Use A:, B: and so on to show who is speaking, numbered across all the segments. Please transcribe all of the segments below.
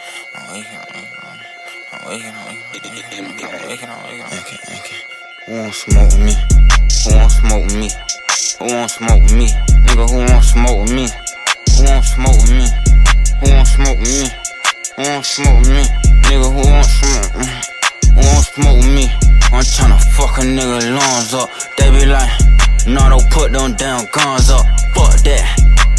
A: waking, I'm waking, I'm waking, I'm waking, I'm waking, I'm waking, I'm waking, I'm waking, I'm waking. Okay, okay. Who won't smoke with me? Who won't smoke with me? Who won't smoke with me? Nigga, who won't smoke with me? Who won't smoke with me? Who won't smoke with me? Who won't smoke with me? Nigga, who won't smoke with me? Who won't smoke with me? I'm tryna fuck a nigga lungs up. They be like, nah, don't put them damn guns up. Fuck that.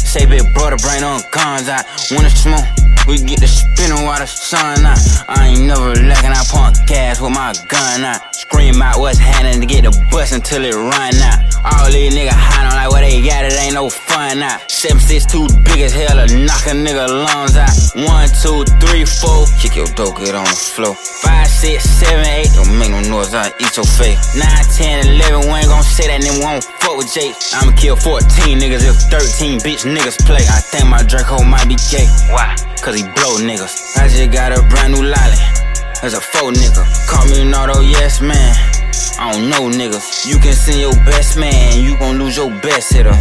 A: Say big brother, brain on guns out. When it's smoke, we get the spinning while the sun out. I ain't never lacking, I pump gas with my gun out. Scream out what's happening to get the bus until it run out. All these niggas hiding like what they got, it ain't no fun out. 762 big as hell to knock a nigga lungs out. One, two, three, four. Kick your dope, get on the floor. Five, six, seven, eight. Don't make no noise, I'll eat your face. Nine, ten, eleven. We ain't gon' say that, then we won't fuck with Jake. I'ma kill 14 niggas if 13 bitch niggas play. I think my Draco might be gay. Why? Cause he blow niggas. I just got a brand new lolly. That's a faux nigga. Call me an auto yes man. I don't know niggas. You can send your best man, you gon' lose your best hitter.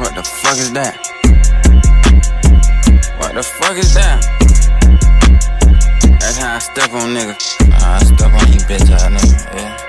A: What the fuck is that? What the fuck is that? That's how I step on niggas. I step on you bitch ass nigga, yeah.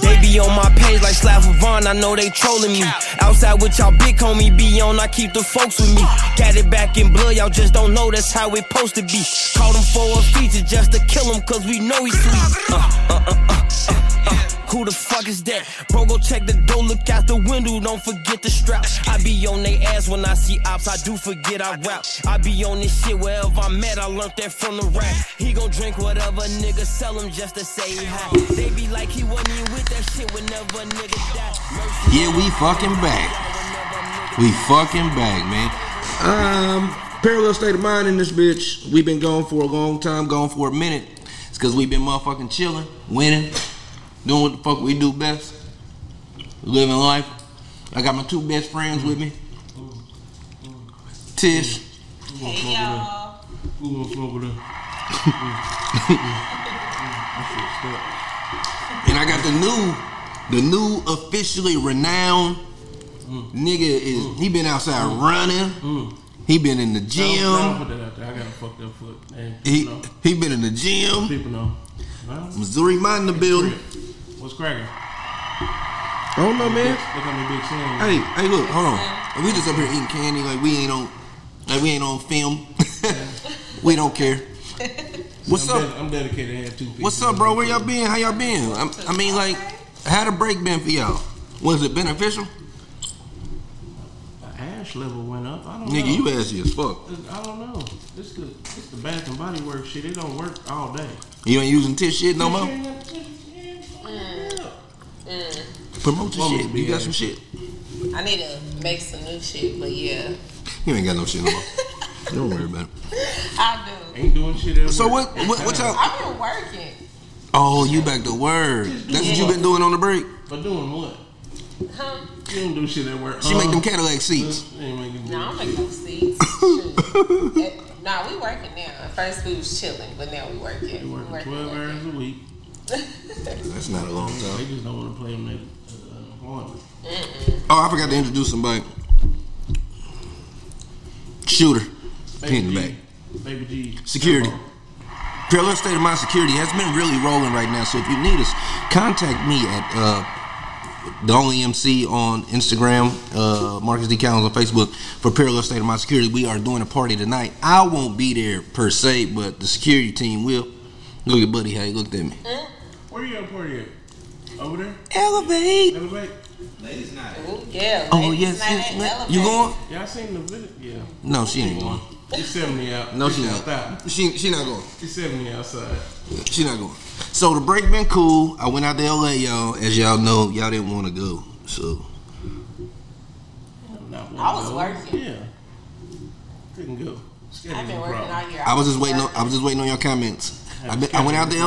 B: They be on my page like Slav Vaughn, I know they trolling me. Outside with y'all big homie be on, I keep the folks with me. Got it back in blood, y'all just don't know that's how it supposed to be. Called him for a feature just to kill him, cause we know he sleep. Uh, uh, uh, uh, uh, uh. Who the fuck is that? Bro, go check the door, look out the window, don't forget the strap. I be on they ass when I see ops, I do forget I rap. I be on this shit wherever I'm at, I learned that from the rap. He gon' drink whatever nigga sell him just to say hi. They be like he wasn't even with that shit whenever a nigga die. Mercy
C: Yeah, we fucking back. We fucking back, man. Um, parallel state of mind in this bitch. We've been gone for a long time, gone for a minute. It's because we've been motherfucking chilling, winning, doing what the fuck we do best, living life. I got my two best friends with me, Tish
D: Who gonna fuck with her?
C: And I got the new, the new officially renowned nigga is he been outside running. He been in the
D: I don't- I don't
C: gym.
D: put that out there. I gotta fuck that foot. Hey,
C: He
D: people know.
C: he been in the gym.
D: People know. Well,
C: Missouri mind the building.
D: What's cracking?
C: I don't know, man.
D: Look how many big sandwiches.
C: Hey, hey, look, hold on. We just up here eating candy like we ain't on, like we ain't on film. we don't care. What's
D: I'm,
C: up?
D: ded- I'm dedicated to have two people.
C: What's up, bro? Where y'all been? How y'all been? i I mean, like, how the break been for y'all? Was it beneficial?
D: My ash level went up. I don't know.
C: Nigga, you ashy as fuck.
D: I don't know. This the this the Bath and Body Works shit. It don't work all day. Mm.
C: You ain't using tish shit no more.
D: Well,
C: Promote your shit. You got some shit.
E: I need to make some new shit, but yeah,
C: You ain't got no shit no more. Don't worry about it.
E: I do.
D: Ain't doing shit. at
C: So
D: work.
C: what? What, what y'all?
E: I've been working,
C: Oh, you back to work. That's what you been doing on the break.
D: But doing what?
E: huh?
D: You don't do shit at work. Uh-huh.
C: She make them Cadillac seats.
E: No, I'm making no seats. Shoot. Eh, nah, we working now. At first we was chilling, but now we working.
D: They working twelve hours a week.
C: That's not a long
D: They
C: time.
D: just don't want to play them at uh, employment.
C: Oh, I forgot to introduce somebody. Shooter. Pin in the back.
D: Baby G.
C: Security.
D: Step up.
C: Parallel State of Mind Security has been really rolling right now. So if you need us, contact me at uh, the only MC on Instagram, uh, Marcus D. Collins on Facebook for Parallel State of Mind Security. We are doing a party tonight. I won't be there per se, but the security team will. Look at Buddy how he looked at me.
D: Where you at party at? Over there?
C: Elevate.
D: Elevate?
E: Ooh, yeah.
C: Oh yes,
E: ladies night
C: yes,
E: at
C: yes.
E: Elevate.
C: You going?
D: Y'all seen the video? Yeah.
C: No, she ain't going.
D: It's 70 out.
C: No, she
D: It's out.
C: not. She she not going.
D: It's 70 outside.
C: She not going. So the break been cool. I went out to LA, y'all. As y'all know, y'all didn't want to go. So
D: I'm not one
E: I
D: of
E: was
D: those.
E: working.
D: Yeah. Couldn't go.
E: I've
D: Schedule's
E: been
D: a
E: working
D: problem.
E: all year.
C: I was just waiting. On, uh, I was just waiting on your comments. I, been, I went out to LA,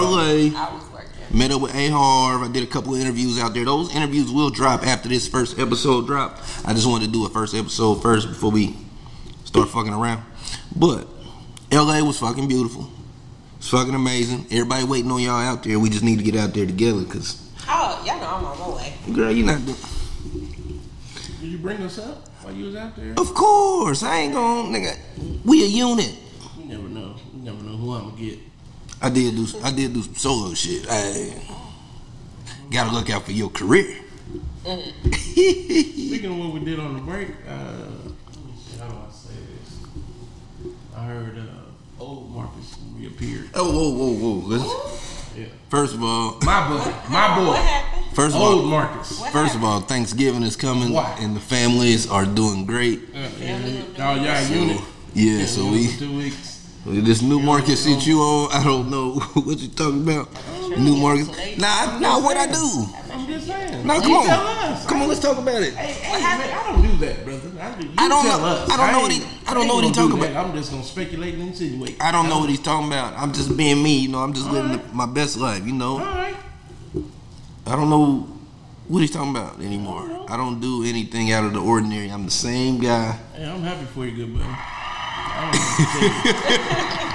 E: I was working.
C: met up with A Harv. I did a couple interviews out there. Those interviews will drop after this first episode drop. I just wanted to do a first episode first before we start fucking around. But LA was fucking beautiful. It's fucking amazing. Everybody waiting on y'all out there. We just need to get out there together, cause
E: Oh, y'all know I'm on my way.
C: girl, you not. doing-
D: Did you
C: Oh.
D: bring us up while you was out there?
C: Of course, I ain't gonna nigga. We a unit.
D: You never one would get.
C: I did do I did do some solo shit. I gotta look out for your career.
D: Speaking of what we did on the break, uh, let me see, how do I say this? I heard uh, old Marcus reappeared.
C: Oh whoa whoa whoa! Let's,
D: Yeah.
C: first of all,
D: My boy, my
E: What
D: boy,
E: happened?
C: first of
D: old
C: all,
D: Marcus.
E: What
C: first of
E: happened?
C: all, Thanksgiving is coming,
D: Why?
C: and the families are doing great.
D: Uh, yeah, y'all, y'all a unit.
C: Yeah, so
D: we
C: we
D: for two weeks.
C: this new market shit you on. I don't know what you talking about. New market. Nah, I know what I do.
D: I'm just saying.
C: Nah, come
D: you Tell
C: on,
D: us.
C: come on, let's talk about it.
D: Hey, hey, man, I don't do that, brother. I, do, you
C: I don't
D: tell
C: know-
D: Us.
C: I don't know what he-
D: ain't-
C: I don't
D: ain't
C: know what he
D: gonna do
C: talking
D: that. I'm just gonna speculate and insinuate.
C: I don't know what he's talking about. I'm just being me, you know. I'm just living the, my best life, you know.
D: All right.
C: I don't know what he's talking about anymore. I don't do anything out of the ordinary. I'm the same guy.
D: Hey, I'm happy for you, good buddy. I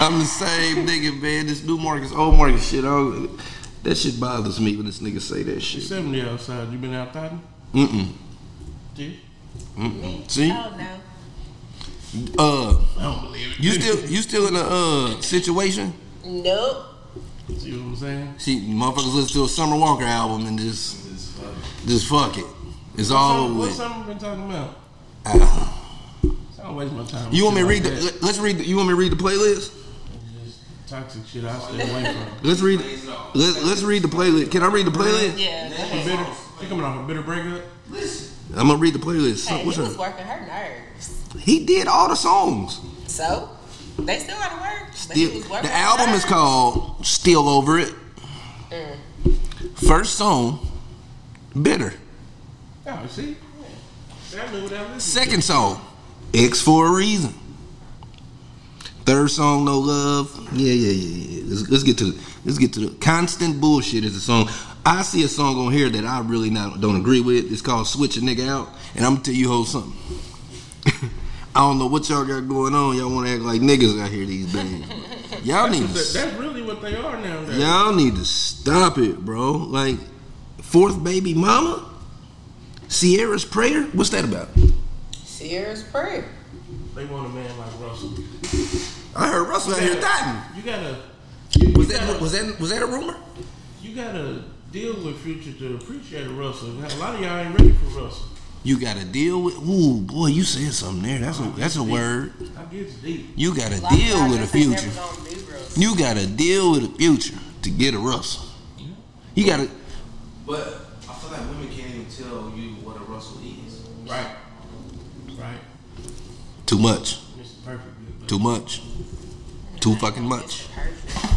C: I'm the same nigga, man. This new market's old market shit. Oh, that shit bothers me when this nigga say that
D: do
C: shit.
D: 70 outside. You been out thotting?
C: Mm-mm.
D: Yeah.
C: Mm-mm. See?
E: Oh no.
C: Uh,
D: I don't believe it.
C: you still you still in a uh situation?
E: Nope.
D: See what I'm saying?
C: See, motherfuckers listen to a Summer Walker album and just just fuck it. It's all over
D: What's
C: with.
D: something been talking about?
C: Ah.
D: I don't waste my time.
C: You want me to read
D: Shit
C: the?
D: like that.
C: let- Let's read. The, you want me to read the playlist?
D: Just toxic shit I stay away from.
C: Let's read. Let, let's read the playlist. Can I read the playlist?
E: Yeah. go
D: You
E: ahead.
D: bitter? You coming off a bitter breakup?
C: I'm gonna read the playlist. So-
E: Hey,
C: What's
E: he was
C: her?
E: working her nerves.
C: He did all the songs.
E: So they still got to work. but he
C: Still,
E: was working
C: the
E: her
C: album is
E: nerves.
C: called "Still Over It."
E: Mm.
C: First song, "Bitter."
D: Oh, see? Yeah. I knew what I listened
C: Second song, "X for a Reason." Third song, "No Love." Yeah, yeah, yeah. yeah. Let's, let's get to the, let's get to the "Constant Bullshit" is a song. I see a song on here that I really not don't agree with. It's called "Switch a Nigga Out," and I'm gonna tell you whole something. I don't know what y'all got going on. Y'all want to act like niggas out here these days. Y'all need to.
D: That- That's really what they are now.
C: Y'all need to stop it, bro. Like, fourth baby mama, Sierra's prayer. What's that about?
E: Sierra's prayer.
D: They want a man like Russell.
C: I heard Russell out here thotting.
D: You gotta. You,
C: Was
D: you
C: that
D: gotta,
C: was that was that a rumor?
D: you gotta deal with Future to appreciate Russell. A lot of y'all ain't ready for Russell.
C: You gotta deal with. Ooh, boy, you said something there. That's a that's a word.
D: I guess deep.
C: You gotta
E: lot of
C: deal
E: y'all
C: with the
E: just ain't never
C: future.
E: gonna do real
C: You gotta deal with the future to get a Russell. You gotta.
F: But I feel like women can't even tell you what a Russell is.
D: Right. Right.
C: Too much.
D: Mr. Perfect. Good
C: Too much. Too fucking much.
E: Perfect.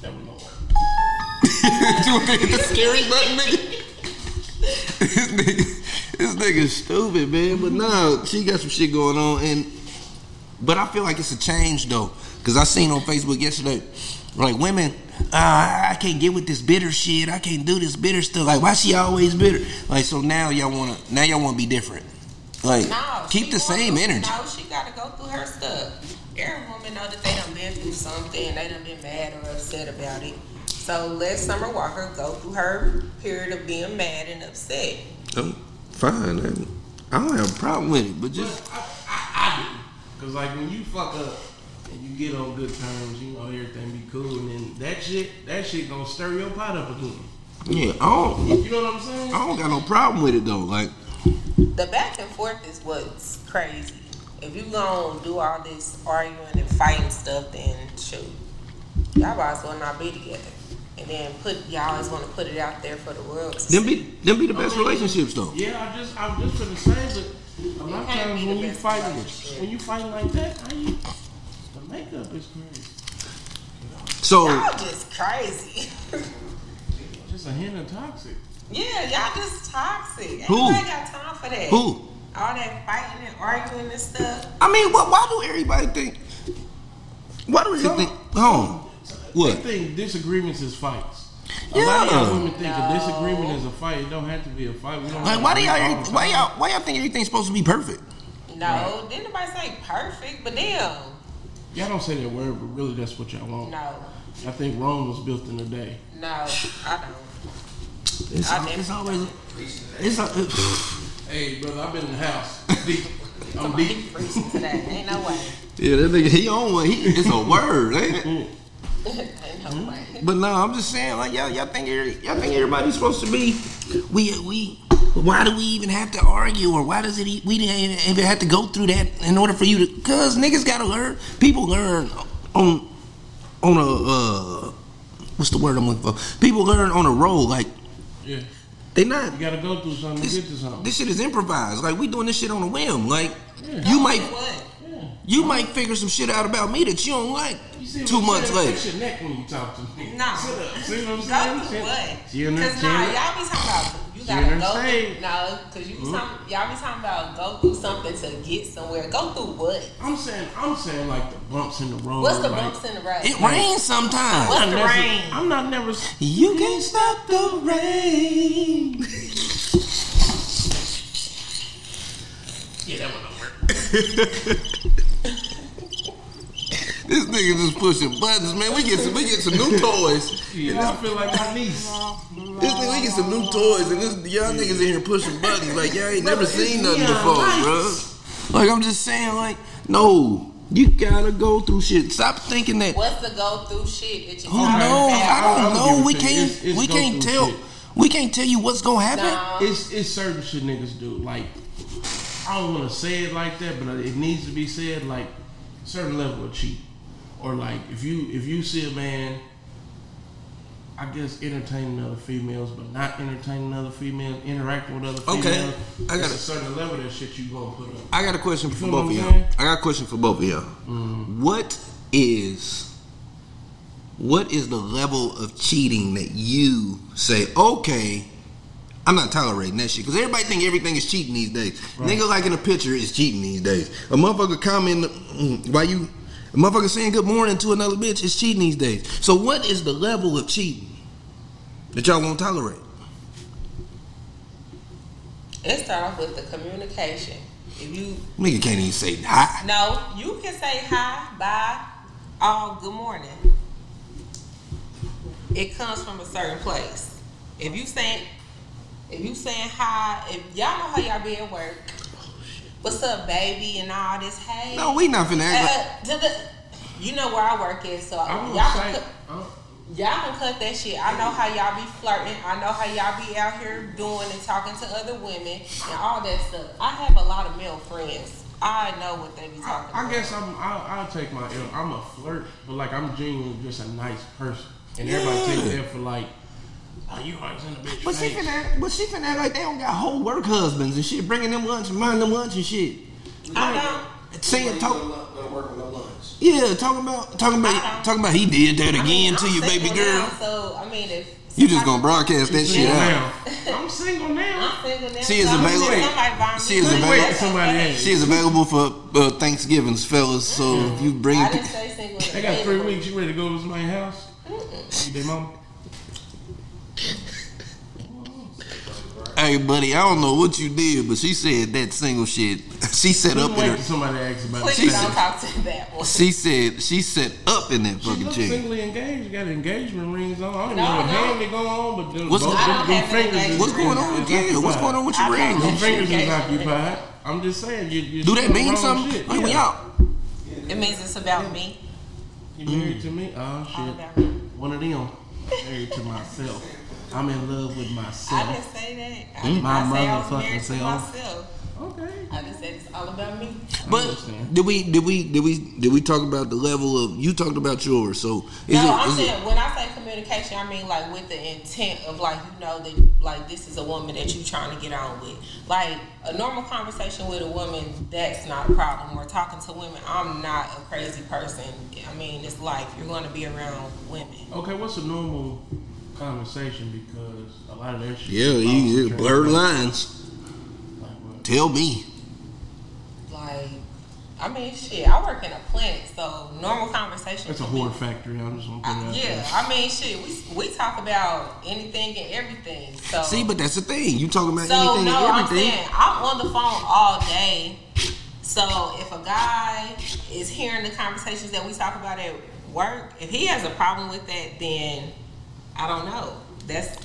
D: That was Lord.
C: You hit the scary button, nigga. this nigga, this nigga stupid, man. But nah, she got some shit going on, and but I feel like it's a change though, because I seen on Facebook yesterday, like women, uh, I can't get with this bitter shit. I can't do this bitter stuff. Like why she always bitter? Like so now y'all wanna now y'all wanna be different. Like
E: No,
C: keep the
E: she going
C: same
E: through-
C: energy.
E: No, she gotta go through her stuff. Every woman know that they done been through something. They done been mad or upset about it. So let Summer Walker go through her period of being mad and upset.
C: I'm fine. I- I don't have a problem with it, but just
D: But I, I, I do. Cause like when you fuck up and you get on good terms, you know everything be cool, and then that shit, that shit gonna stir your pot up again.
C: yeah, I don't,
D: You know what I'm saying?
C: I don't got no problem with it though. Like.
E: The back and forth is what's crazy. If you gonna do all this arguing and fighting stuff, then shoot, y'all might as well not be together. And then put y'all is gonna put it out there for the world. to
C: Them
E: see.
C: be them be the best relationships though.
D: Yeah, I just, I'm just gonna say, but a lot of
E: It can't
D: times
E: be
D: when
E: the
D: you
E: best
D: fight,
E: relationship.
D: when you fight like that, how you, the makeup is crazy.
C: So
E: Y'all just crazy.
D: Just a hint of toxic.
E: yeah, y'all just toxic. Ain't
C: Who?
E: nobody got time for that.
C: who?
E: All that fighting and arguing and stuff.
C: I mean, what? Why do everybody think? Why do everybody think? Oh,
D: They
C: what?
D: think disagreements is fights. A lot of
C: Yeah.
D: y'all women think a disagreement is a fight. It don't have to be a fight. We don't have
C: Like,
D: to
C: why do
D: agree all
C: y'all?
D: the
C: Why
D: time.
C: y'all? Why y'all think everything's supposed to be perfect?
E: No, didn't nobody say perfect, but damn,
D: Y'all don't say that word, but really that's what y'all
C: Oh.
D: want.
E: no,
D: I think Rome was built in a day.
E: no, I don't.
C: It's,
E: I
C: it's always. It's, a-
D: Hey, brother, I've been in the house. Deep. I'm
E: He
D: deep.
E: preaching today. Ain't no way.
C: Yeah, that nigga, he on one. He, it's a word, ain't it?
E: Ain't no way.
C: But no, I'm just saying, like y'all, y'all think every- y'all think everybody's supposed to be. We we. Why do we even have to argue, or why does it? e- We didn't even have to go through that in order for you to. Cause niggas gotta learn. People learn on on a uh, what's the word I'm looking for? People learn on a roll. Like
D: Yeah.
C: they not.
D: You gotta go through something to
C: This,
D: get to something.
C: this shit is improvised. Like we doing this shit on a whim. Like
D: Yeah.
C: you might
E: What?
C: you might figure some shit out about me that you don't like
D: You see
C: two
D: what I'm
C: months
D: saying?
C: later.
D: Fix your neck when you talk to me.
E: No.
D: Sit up. See what I'm saying?
E: Go through
D: Shit.
E: what?
D: She in there
E: Because nah,
D: chilling.
E: y'all be talking about you
D: She
E: gotta
D: in
E: go
D: her
E: through
D: state.
E: no, because you
C: Hmm?
E: be talking, y'all be talking about go through something to get somewhere. Go through what?
D: I'm saying, I'm saying like the bumps in the road.
E: What's the
D: like,
E: bumps in the road?
C: Oh, It rains sometimes.
E: What?
D: I'm not
E: The
D: necessar-
E: rain.
D: I'm not never. s-
C: You can't stop the rain.
D: Yeah, that one don't work.
C: This nigga just pushing buttons, man. We get some, we get some new toys.
D: Yeah, I feel like my niece.
C: This nigga, we get some new toys, and this y'all niggas in here pushing buttons like y'all ain't never seen nothing
D: neon
C: before, bruh. Like I'm just saying, like no, you gotta go through shit. Stop thinking that.
E: What's the go through shit that you
C: Who knows?
E: talking
C: I
E: about?
C: don't
D: I don't
C: know.
D: give a
C: We
D: shit.
C: can't.
D: It's- it's
C: we
D: go
C: can't
D: through
C: tell.
D: shit.
C: We can't tell you what's gonna happen.
E: Nah.
D: It's it's certain shit niggas do. Like I don't want to say it like that, but it needs to be said. Like certain level of cheat, or like if you if you see a man, I guess entertaining other females, but not entertaining other females, interacting with other
C: Okay,
D: females.
C: I got
D: it's
C: it.
D: a certain level of that shit you gonna put up.
C: I got a question for
D: feel
C: both
D: what
C: of
D: I'm
C: y'all.
D: saying? Mm-hmm.
C: I got a question for both of y'all. What is what is the level of cheating that you say, okay, I'm not tolerating that shit? Because everybody think everything is cheating these days. Nigga liking a picture is cheating these days. A motherfucker comment mm, why you a motherfucker saying good morning to another bitch is cheating these days. So what is the level of cheating that y'all won't tolerate?
E: It start off with the communication. If you
C: Nigga can't even say hi.
E: no, you can say hi, bye, all good morning. It comes from a certain place. If you saying if you saying hi, if y'all know how y'all be at work, what's up, baby, and all this, hey.
C: No, we not finna act like
E: Uh, to the, you know where I work at, so
D: I'm
E: y'all
D: gonna
E: can,
D: say. uh,
E: cut,
D: I'm-
E: y'all can cut that shit. I know how y'all be flirting. I know how y'all be out here doing and talking to other women and all that stuff. I have a lot of male friends. I know what they be talking
D: I, I
E: about.
D: guess I'm. I, I'll take my. L. I'm a flirt, but like I'm genuinely just a nice person, and everybody takes that for like. Oh, you always in the bitch.
C: But she
D: face.
C: finna, act- but she finna act like they don't got whole work husbands and shit, bringing them lunch and buying them lunch and shit.
E: I don't.
C: Saying talk,
F: Gonna work with no lunch.
C: yeah, talking about, talking about, talking about. He did that
E: I
C: again
E: mean,
C: to
E: I'm
C: you, baby
E: single
C: girl.
E: now, so I mean, if
C: You just gonna broadcast that
D: I'm
C: shit
D: single
C: out.
D: now. I'm single now.
E: I'm single now.
C: She is
E: so I'm
C: available.
E: sure somebody find
C: She
E: me
C: is
E: something.
C: available.
E: That's
D: Somebody
E: okay.
D: ain't.
C: She is available for uh, Thanksgivings, fellas. So if you bring,
E: I
C: it,
E: didn't say single.
D: They got three
E: available.
D: weeks. You ready to go to my house? You did, mom?
C: hey buddy, I don't know what you did, but she said that single shit. She set up
D: Up
C: in
D: wait
C: her.
D: till somebody asks about it.
E: Please
C: She
E: don't
C: said-
E: talk to that one.
C: She said she set up in that
D: She
C: fucking
D: looks
C: chick.
D: singly engaged. She got engagement rings on. I don't even
E: No,
D: know what
E: no.
D: hand they go on, but them,
C: What's-
D: both
C: I
D: them-
E: don't
D: them
E: have
D: fingers
E: engagement
D: is-
C: What's going on with
D: is
C: yeah? What's
D: occupied.
C: going on with
E: I
C: your
E: don't
C: ring?
D: Them fingers is
E: Engagement ring.
D: occupied. I'm just saying. You, you
C: Do that
D: doing the
C: mean
D: wrong
C: something?
D: Shit.
C: Like,
D: yeah.
C: we out.
E: It means it's about me.
D: You married to me?
E: All
D: Oh
E: about
D: shit.
E: me.
D: One of them. Married to myself. I'm in love with
E: I
D: myself.
E: didn't say that.
C: Mm,
E: I,
D: My
E: I say I was
D: motherfucking
E: married to
D: self.
E: myself.
D: Okay.
E: I just said it's all about me.
C: But
D: understand.
C: did we did we did we did we talk about the level of you talked about yours? So is
E: no,
C: it-
E: I'm
C: is it-
E: saying when I say communication, I mean like with the intent of like you know that like this is a woman that you trying to get on with. Like a normal conversation with a woman, that's not a problem. We're talking to women. I'm not a crazy person. I mean, it's life. You're going to be around women.
D: Okay, what's a normal conversation? Because a lot of that shit.
C: yeah,
D: Oh,
C: you just blur lines.
D: Like what?
C: Tell me.
E: Like, I mean, shit. I work in a plant, so normal conversation.
D: It's a
E: can be
D: whore factory. I'm just gonna put it
E: I-
D: out
E: Yeah,
D: there.
E: I mean, shit, we, we talk about anything and everything. So,
C: See, but that's the thing. You talking about
E: so
C: anything
E: no,
C: and
E: I'm
C: everything.
E: saying I'm on the phone all day. So if a guy is hearing the conversations that we talk about at work, if he has a problem with that, then I don't know. That's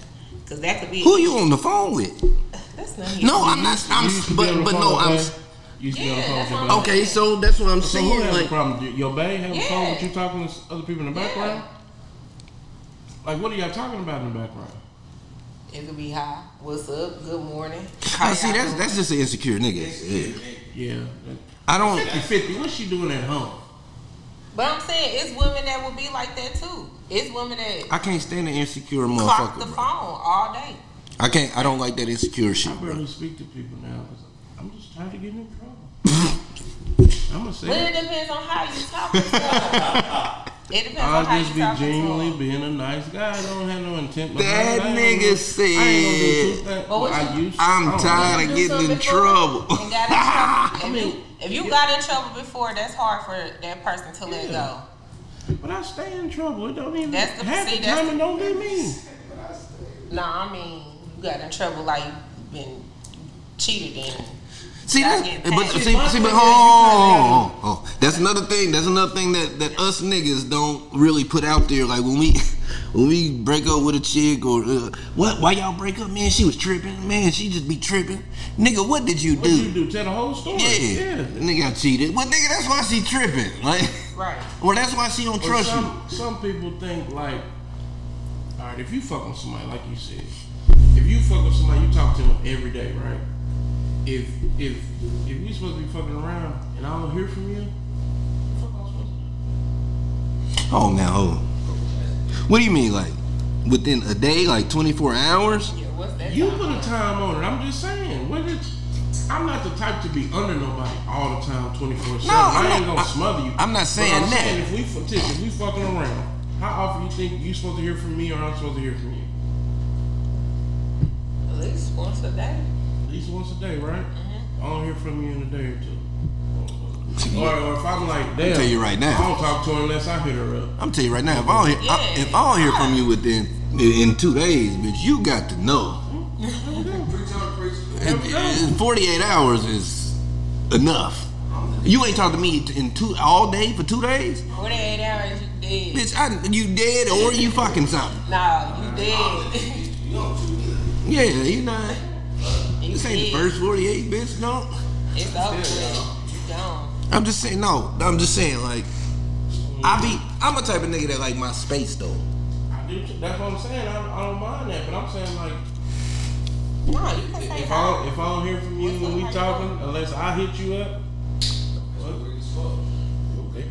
E: because that could be
C: Who you on the phone with?
E: That's not
C: No, I'm not. I'm.
D: You should be
C: But
D: on the
C: but
D: phone
C: no,
D: with
C: I'm.
D: her. You used to be on the
E: Yeah,
D: phone with your
E: that's
D: bae.
E: what
C: Okay, so that's what I'm
D: So who
C: saying.
D: has a
C: Like,
D: problem? Do Your bae have a problem with
E: Yeah.
D: you talking to s- other people in the
E: Yeah.
D: background? Like, what are y'all talking about in the background?
E: It could be hi, what's up, good morning. How
C: I Oh, see
E: y'all
C: that's
E: doing?
C: that's just an insecure nigga. Yeah.
D: Yeah.
C: I don't.
D: 50 50. What's she doing at home?
E: But I'm saying it's women that would be like that too. It's women that
C: I can't stand an insecure
E: clock
C: motherfucker.
E: the phone
C: Bro.
E: all day.
C: I can't. I don't like that insecure
D: I
C: shit, bro.
D: barely speak to people now because I'm just tired of getting in trouble. I'm going to say
E: But
D: it.
E: it depends on how you talking to them. It depends on how
D: I'll
E: you
D: just be
E: talking
D: genuinely
E: to them.
D: being a nice guy. I don't have no intent.
C: That
D: behind it. I ain't
C: nigga
D: gonna- I ain't gonna do two
C: said,
D: things.
E: But what
D: I
E: you-
D: used-
C: I'm
D: I don't
C: tired
D: know.
E: You
C: of
E: do
C: getting
E: something
C: in
E: before
C: trouble.
E: and got in trouble.
D: I
E: If you-
D: mean,
E: if you got in trouble before, that's hard for that person to let
D: Yeah.
E: go.
D: But I stay in trouble. It don't even
E: That's the-
D: half
E: see,
D: the
E: that's
D: time.
E: the-
D: It don't get me.
E: Nah, I mean, you got in trouble like you've been cheated in.
C: See
E: Y'all
C: that's
E: getting
C: but
E: paid.
C: see, see but oh, oh, oh, oh. that's another thing. That's another thing that that us niggas don't really put out there. Like when we when we break up with a chick or uh, what? Why y'all break up? Man, she was tripping. Man, she just be tripping. Nigga, what did you
D: What do you
C: do?
D: do? Tell the whole story.
C: Yeah,
D: Yeah.
C: nigga, I cheated. Well, nigga, that's why she tripping. Like,
E: Right.
C: or that's why she don't
D: But
C: trust you.
D: some, Some people think like, all right, if you fuck with somebody, like you said, if you fuck with somebody, you talk to them every day, right? If if if we supposed to be fucking around and I don't hear from you, the fuck I'm supposed to
C: Oh now, hold. on. What do you mean, like within a day, like twenty four hours?
E: Yeah, what's that?
D: do? You
E: time?
D: put a time on it. I'm just saying. When it, I'm not the type to be under nobody all the time, 24 seven.
C: No, I'm
D: I ain't
C: not-
D: gonna
C: I-
D: smother you.
C: I'm not
D: But
C: saying that.
D: If we fu- Tish, if we fucking around, how often you think you supposed to hear from me or I'm supposed to hear from you?
E: At least once a day.
D: At least once a day, right?
C: Mm-hmm.
D: I don't hear from you in a day or two. Or, or if I'm like, damn,
C: tell you right now.
D: I don't talk to her unless I hit her up.
C: I'm telling you right now, if I don't hear, I, if I don't hear from you within in two days, bitch, you got to know. It- it- Forty eight hours is enough. You ain't talked to me t- in two all day for two days,
E: 48 hours, you dead.
C: bitch. I, you dead or you fucking something?
E: Nah, you dead.
C: Yeah, you not.
E: you
C: This ain't the
E: dead.
C: first forty eight, bitch. No,
E: It's over with. You gone.
C: I'm just saying. No, I'm just saying. Like, I be. I'm a type of nigga that like my space though.
D: I do. Too. That's what I'm saying. I, I don't mind that, but I'm saying like,
E: No, you can say
D: if I
E: that.
D: don't, if I don't hear from you when we talking, unless I hit you up. well, Okay.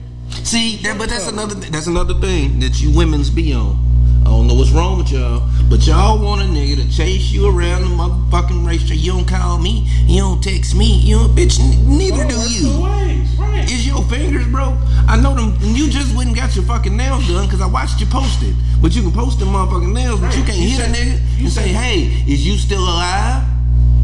C: See, that, but that's another th- that's another thing that you women's be on. I don't know what's wrong with y'all, but y'all want a nigga to chase you around the motherfucking racetrack. You don't call me, you don't text me, you don't bitch. n- Neither do
D: Oh, that's the
C: you.
D: ways, right?
C: Is your fingers broke? I know them. You just went and got your fucking nails done because I watched you post it. But you can post them motherfucking nails, but you
D: Right.
C: can't
D: You
C: hit a
D: said-
C: nigga
D: you
C: and say,
D: said-
C: "Hey, is you still alive?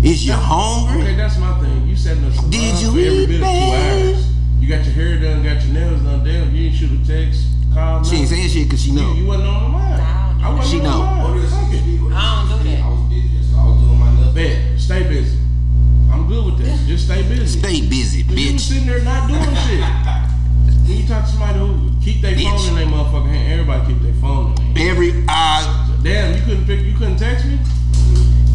C: Is you hungry?"
D: Okay, that's my thing. You setting us up
C: Did you
D: for every bit
C: eat,
D: of two
C: babe?
D: hours. You got your hair done, got your nails done. Damn, you didn't shoot a text, call.
C: She ain't
D: nothing.
C: saying shit because she
D: You,
C: know.
D: you wasn't on the mind. I wasn't
C: She
D: on
C: know.
D: the mind. Fuck it.
E: I don't do that.
F: I was busy, so I was doing my nothing.
D: Bet. Stay busy. I'm good with that. Just stay busy.
C: Stay busy,
D: But You was
C: bitch.
D: sitting there not doing shit. When you talk to somebody who keep their
C: Bitch.
D: phone in their motherfucking hand, everybody keep their phone in their hand.
C: Every eye.
D: Damn, you couldn't pick, you couldn't text me.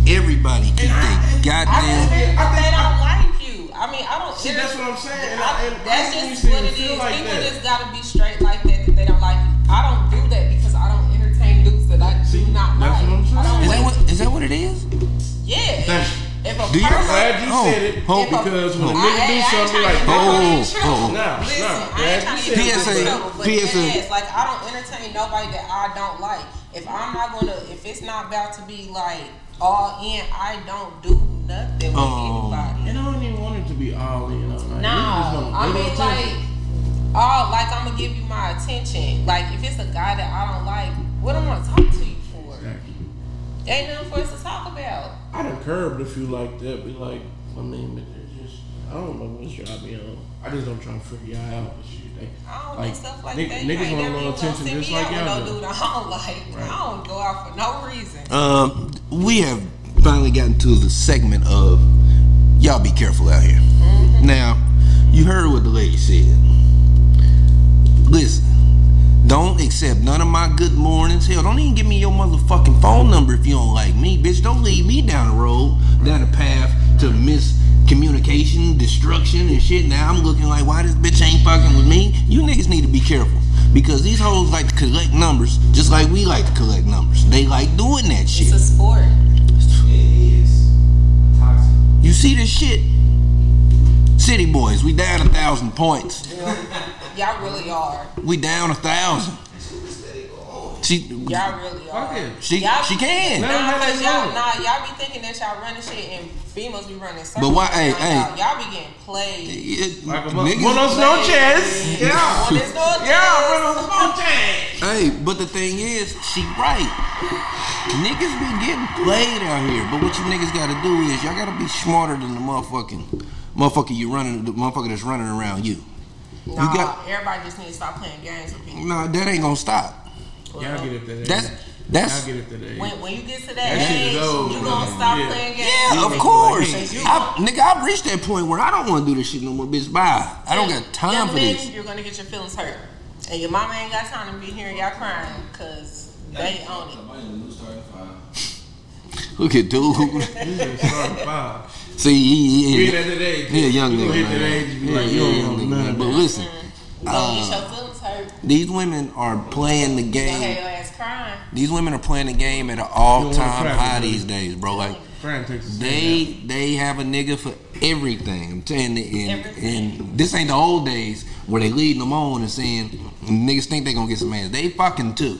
C: Everybody keep their
E: I just
C: goddamn.
E: think they don't like you. I mean, I don't.
D: See,
E: it-
D: that's what I'm saying. And I,
E: I-
D: and
E: that's
D: I
E: just
D: see
E: what
D: you
E: it
D: feel
E: is.
D: like
E: People
D: that.
E: just gotta be straight like that if they don't like you. I don't do that because I don't entertain dudes that I
D: See,
E: do not
D: that's
E: like.
D: what I'm saying.
E: I don't
C: Is
E: wait.
C: that what? Is that what it is?
E: yeah.
D: Thank
E: If, if a
C: Do you-
D: I'm
E: person,
D: glad you
C: Oh,
D: said it
C: oh,
D: because when a
E: I-
D: nigga
E: I- I
D: do
E: ain't
D: something
E: trying to
D: like
E: get
D: that,
E: nobody in
C: Oh, oh,
E: trouble.
C: oh.
D: Nah, nah,
E: Listen, I ain't
D: glad
E: trying to
D: you
E: get
D: said
E: nobody in
C: that.
E: trouble, but
C: PSA.
E: deadass, like I don't entertain nobody that I don't like. If I'm not gonna, if it's not about to be like all in, I don't do nothing with
C: Oh.
E: anybody.
D: and I don't even want it to be all in. All night.
E: No, I
D: They
E: mean
D: don't touch
E: like,
D: it.
E: oh, like I'm gonna give you my attention. Like if it's a guy that I don't like, what am I gonna talk to you for?
D: Exactly.
E: Ain't nothing for us to talk about.
D: I done curbed a few like that. Be like, I mean, but there's just I don't know what job you on. I just don't try to figure y'all out and shit. They,
E: I don't do stuff like
D: nigg-
E: that. You
D: Niggas
E: ain't
D: want a
E: never even
D: little
E: gonna
D: attention
E: send
D: just
E: me out
D: like y'all
E: with no
D: do.
E: dude I don't like.
D: Right.
E: I don't go out for no reason.
C: Um, we have finally gotten to the segment of y'all be careful out here.
E: Mm-hmm.
C: Now, you heard what the lady said. Listen, don't accept none of my good mornings. Hell, don't even give me your motherfucking phone number if you don't like me, bitch. Don't lead me down the road, down the path to miss communication, destruction, and shit. Now I'm looking like, why this bitch ain't fucking with me? You niggas need to be careful because these hoes like to collect numbers, just like we like to collect numbers. They like doing that
E: It's
C: shit.
E: a sport.
F: It is toxic.
C: You see this shit? City boys, we down a thousand points.
E: Y'all really are.
C: We down a thousand. She,
E: Y'all really are.
D: Fuck it.
C: she,
E: Y'all-
C: she can.
D: Let 'em
E: Nah,
D: have
E: cause
D: they
E: y'all,
D: moment.
E: nah, y'all be thinking that y'all running shit and females be running circles.
C: why- hey,
E: around
C: hey.
E: Y'all, y'all be getting played.
C: It-
D: Like a
C: niggas-
D: mother- One of those no chest. Yeah.
E: On this door,
D: Yeah, one of those no chest.
C: Hey, but the thing is, she right. Niggas be getting played out here, but what you niggas gotta do is y'all gotta be smarter than the motherfucking motherfucker you running, the motherfucker that's running around you.
E: Nah,
C: You got
E: everybody just need to stop playing games with me.
C: nah, that ain't gonna stop.
D: Y'all get it today.
C: That's
D: Y'all
C: that's
D: get it today.
E: When, when you get to that
D: That shit
E: age,
D: is old,
E: you
D: bro.
E: gonna stop
D: Yeah.
E: playing games.
C: yeah, of course. I, nigga, I've reached that point where I don't want to do this shit no more, bitch. Bye. I don't got time
E: Young
C: for
E: men,
C: this.
E: You're gonna get your feelings hurt, and your mama ain't got time to be hearing y'all crying because they own it.
F: Somebody in the new starting five.
C: Look at dude.
D: You just started five.
C: See, he, he,
D: Being at that age.
C: he a young
D: you
C: nigga.
D: gonna hit
C: man.
D: that age, you be
C: Yeah,
D: like,
C: he
D: you
C: a
D: don't
C: young
D: know
C: nigga,
D: none
C: man.
D: of
C: But
D: that.
C: listen,
E: You gonna get
C: Uh,
E: your feelings hurt.
C: these women are playing the
E: You gonna have
C: game.
E: your ass crying.
C: These women are playing the game at an
D: You don't
C: all-time
D: wanna
C: high
D: crack it,
C: these days, bro. Like
D: Fran takes the
C: they they have a nigga for everything. I'm telling you, and,
E: Everything.
C: and this ain't the old days where they leading them on and saying niggas think they gonna get some ass. They fucking too.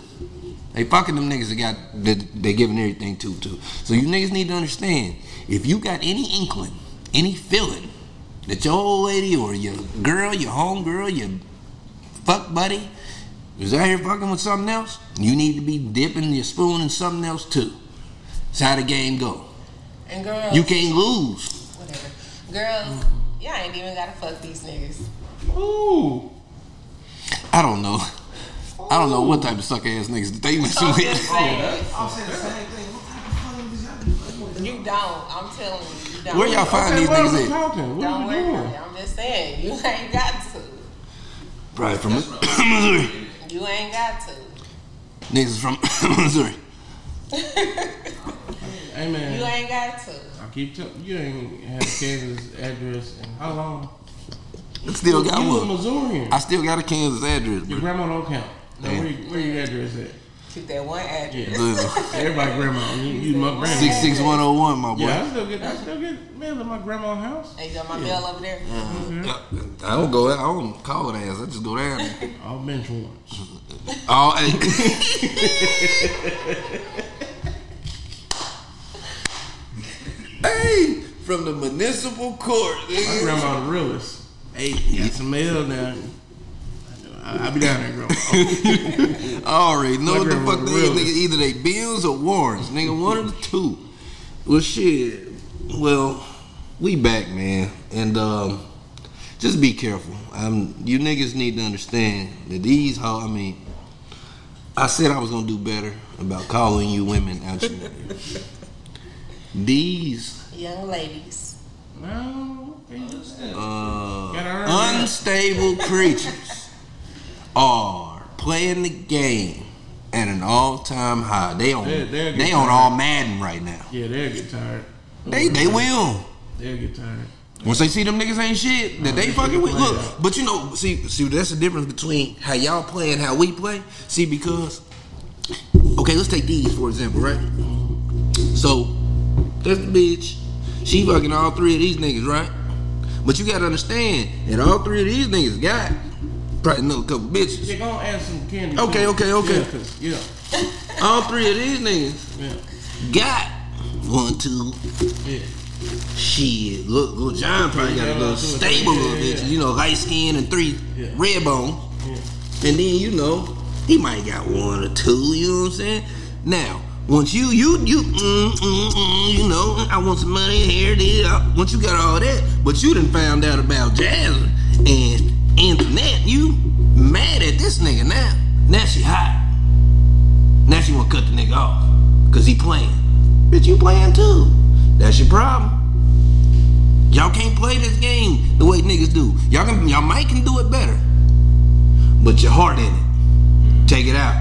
C: They fucking them niggas that got that they giving everything to too. So you niggas need to understand if you got any inkling, any feeling that your old lady or your girl, your home girl, your fuck buddy is out here fucking with something else, you need to be dipping your spoon in something else too. That's how the game go.
E: And girls,
C: You can't lose.
E: whatever. Girls, y'all ain't even gotta fuck these niggas.
D: Ooh.
C: I don't know. I don't know what type of suck ass niggas they messing
E: I'm just
C: with.
E: saying,
F: I'm saying the same thing. What type of fucking niggas y'all be fucking with?
E: you don't. I'm telling you, you don't.
C: Where y'all find
D: Okay,
C: these
D: what are we
C: niggas at?
D: talking? What
E: Don't
D: are we
E: worry about
D: doing?
E: it. I'm just saying, you ain't got to.
C: Probably from Missouri.
E: You ain't got to.
C: Niggas from Missouri.
D: Hey man.
E: You ain't got to.
D: I keep telling you ain't had Kansas address in how long?
C: Still
D: you
C: got
D: was a
C: one.
D: Missourian.
C: I still got a Kansas address, bro.
D: Your grandma don't count. Now, where, you- where your address at?
E: Keep that one address.
D: Yeah. Everybody grandma. You, you my grandma.
C: Six six one oh one, my boy.
D: Yeah, I still get I still get mail at my grandma's house.
E: Ain't got my bell over there.
C: I don't go. out. I don't call it ass. I just go down. there.
D: I'll bench once.
C: All eight. hey, from the municipal court.
D: My
C: nigga.
D: grandma the realest. Hey, got some mail now. I, I be down there,
C: I
D: grandma.
C: already know
D: My
C: what the
D: grandma
C: fuck
D: the
C: they is,
D: realest.
C: nigga. Either they bills or warrants, nigga. One of the two. Well, shit. Well, we back, man, and um, just be careful. Um, you niggas need to understand that these ho. I mean, I said I was gonna do better about calling you women out. your name. these
E: Young ladies.
D: No, okay, that's
C: uh,
D: it. Gotta earn that.
C: unstable creatures are playing the game at an all-time high. They on
D: They- they'll get
C: they on
D: tired.
C: all Madden right now.
D: Yeah, they'll get tired.
C: They they will.
D: They'll get tired.
C: Once they see them niggas ain't shit, that they fucking with. Look, but you know, see, see, that's the difference between how y'all play and how we play. See, because okay, let's take these for example, right? So that's the bitch. She fucking all three of these niggas, right? But you gotta understand that all three of these niggas got probably another couple bitches.
D: They're gonna add some candy.
C: Okay,
D: too.
C: okay, okay.
D: Yeah, 'cause- yeah,
C: All three of these niggas
D: yeah,
C: got one, two,
D: yeah.
C: Shit, look, little John probably got a little stable little bitch, you know, light skin and three
D: Yeah.
C: red bone,
D: yeah.
C: and then you know he might got one or two. You know what I'm saying? Now, once you you you mm, mm, mm, you know, I want some money. Here it is. I- Once you got all that, but you didn't found out about Jasmine and internet. You mad at this nigga now? Now she hot. Now she wanna cut the nigga off because he playing. Bitch, you playing too. That's your problem. Y'all can't play this game the way niggas do. Y'all can, y'all might can do it better, but your heart in it. Take it out.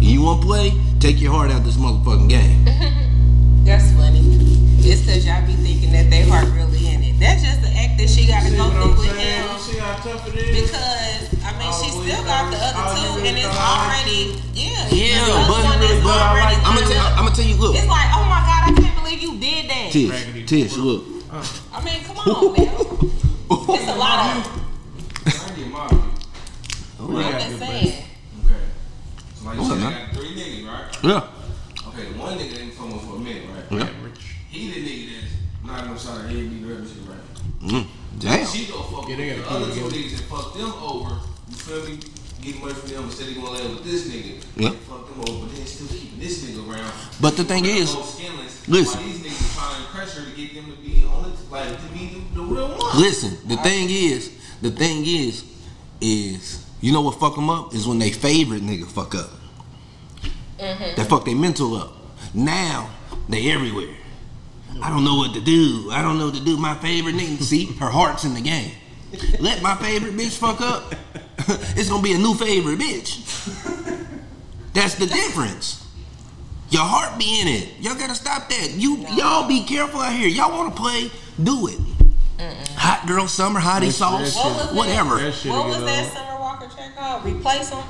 C: You want to play? Take your heart out this motherfucking game.
E: That's funny. It's cause y'all be thinking that they heart really in it. That
D: tough it is?
E: Because I mean, she
D: Oh,
E: still
D: we-
E: got the
D: oh,
E: other
D: you
E: two,
D: really
E: and it's
D: thought-
E: already yeah.
C: Yeah,
E: the other
C: but-
E: one is
D: but I like-
E: already
C: I'm gonna
E: through.
C: tell. I'm gonna tell you. Look,
E: It's like, oh my god, I can't believe you did that.
C: Tish, Tish, look.
E: I mean, come on, man. It's a lot of.
F: I need my view.
E: I'm just saying.
F: Okay. So like you
C: What's up,
F: said,
C: man?
F: I got three niggas, right?
C: Yeah,
F: Okay, the one nigga didn't come up for a minute, right?
C: yeah.
F: He the nigga that's not gonna shot her head and be nervous, right?
C: Mm. Damn.
F: She gonna
D: Yeah,
F: fuck with
D: they
F: the
D: gotta
F: other
D: keep
F: two
D: it
F: niggas and fuck them over. You feel me? Get money from them instead of gonna lay with this nigga.
C: Yeah.
F: And Fuck them over, but then still keeping this nigga around.
C: But the thing
F: They're
C: is,
F: both skinless,
C: listen.
F: While these niggas trying to pressure to get them to be on it, like to be the, the real one.
C: Listen, the thing is, the thing is, is you know what fuck them up is when they favorite nigga fuck up. They fuck their mental up. Now they everywhere. I don't know what to do. I don't know what to do. My favorite nigga, see, her heart's in the game. Let my favorite bitch fuck up. it's gonna be a new favorite bitch. That's the difference. Your heart be in it. Y'all gotta stop that. You y'all be careful out here. Y'all wanna play? Do it. Hot girl summer, hottie sauce,
E: What was that?
C: whatever.
D: That shit
E: What
D: to
E: was
D: get
E: that
D: old.
E: Summer Walker track called? Replace them,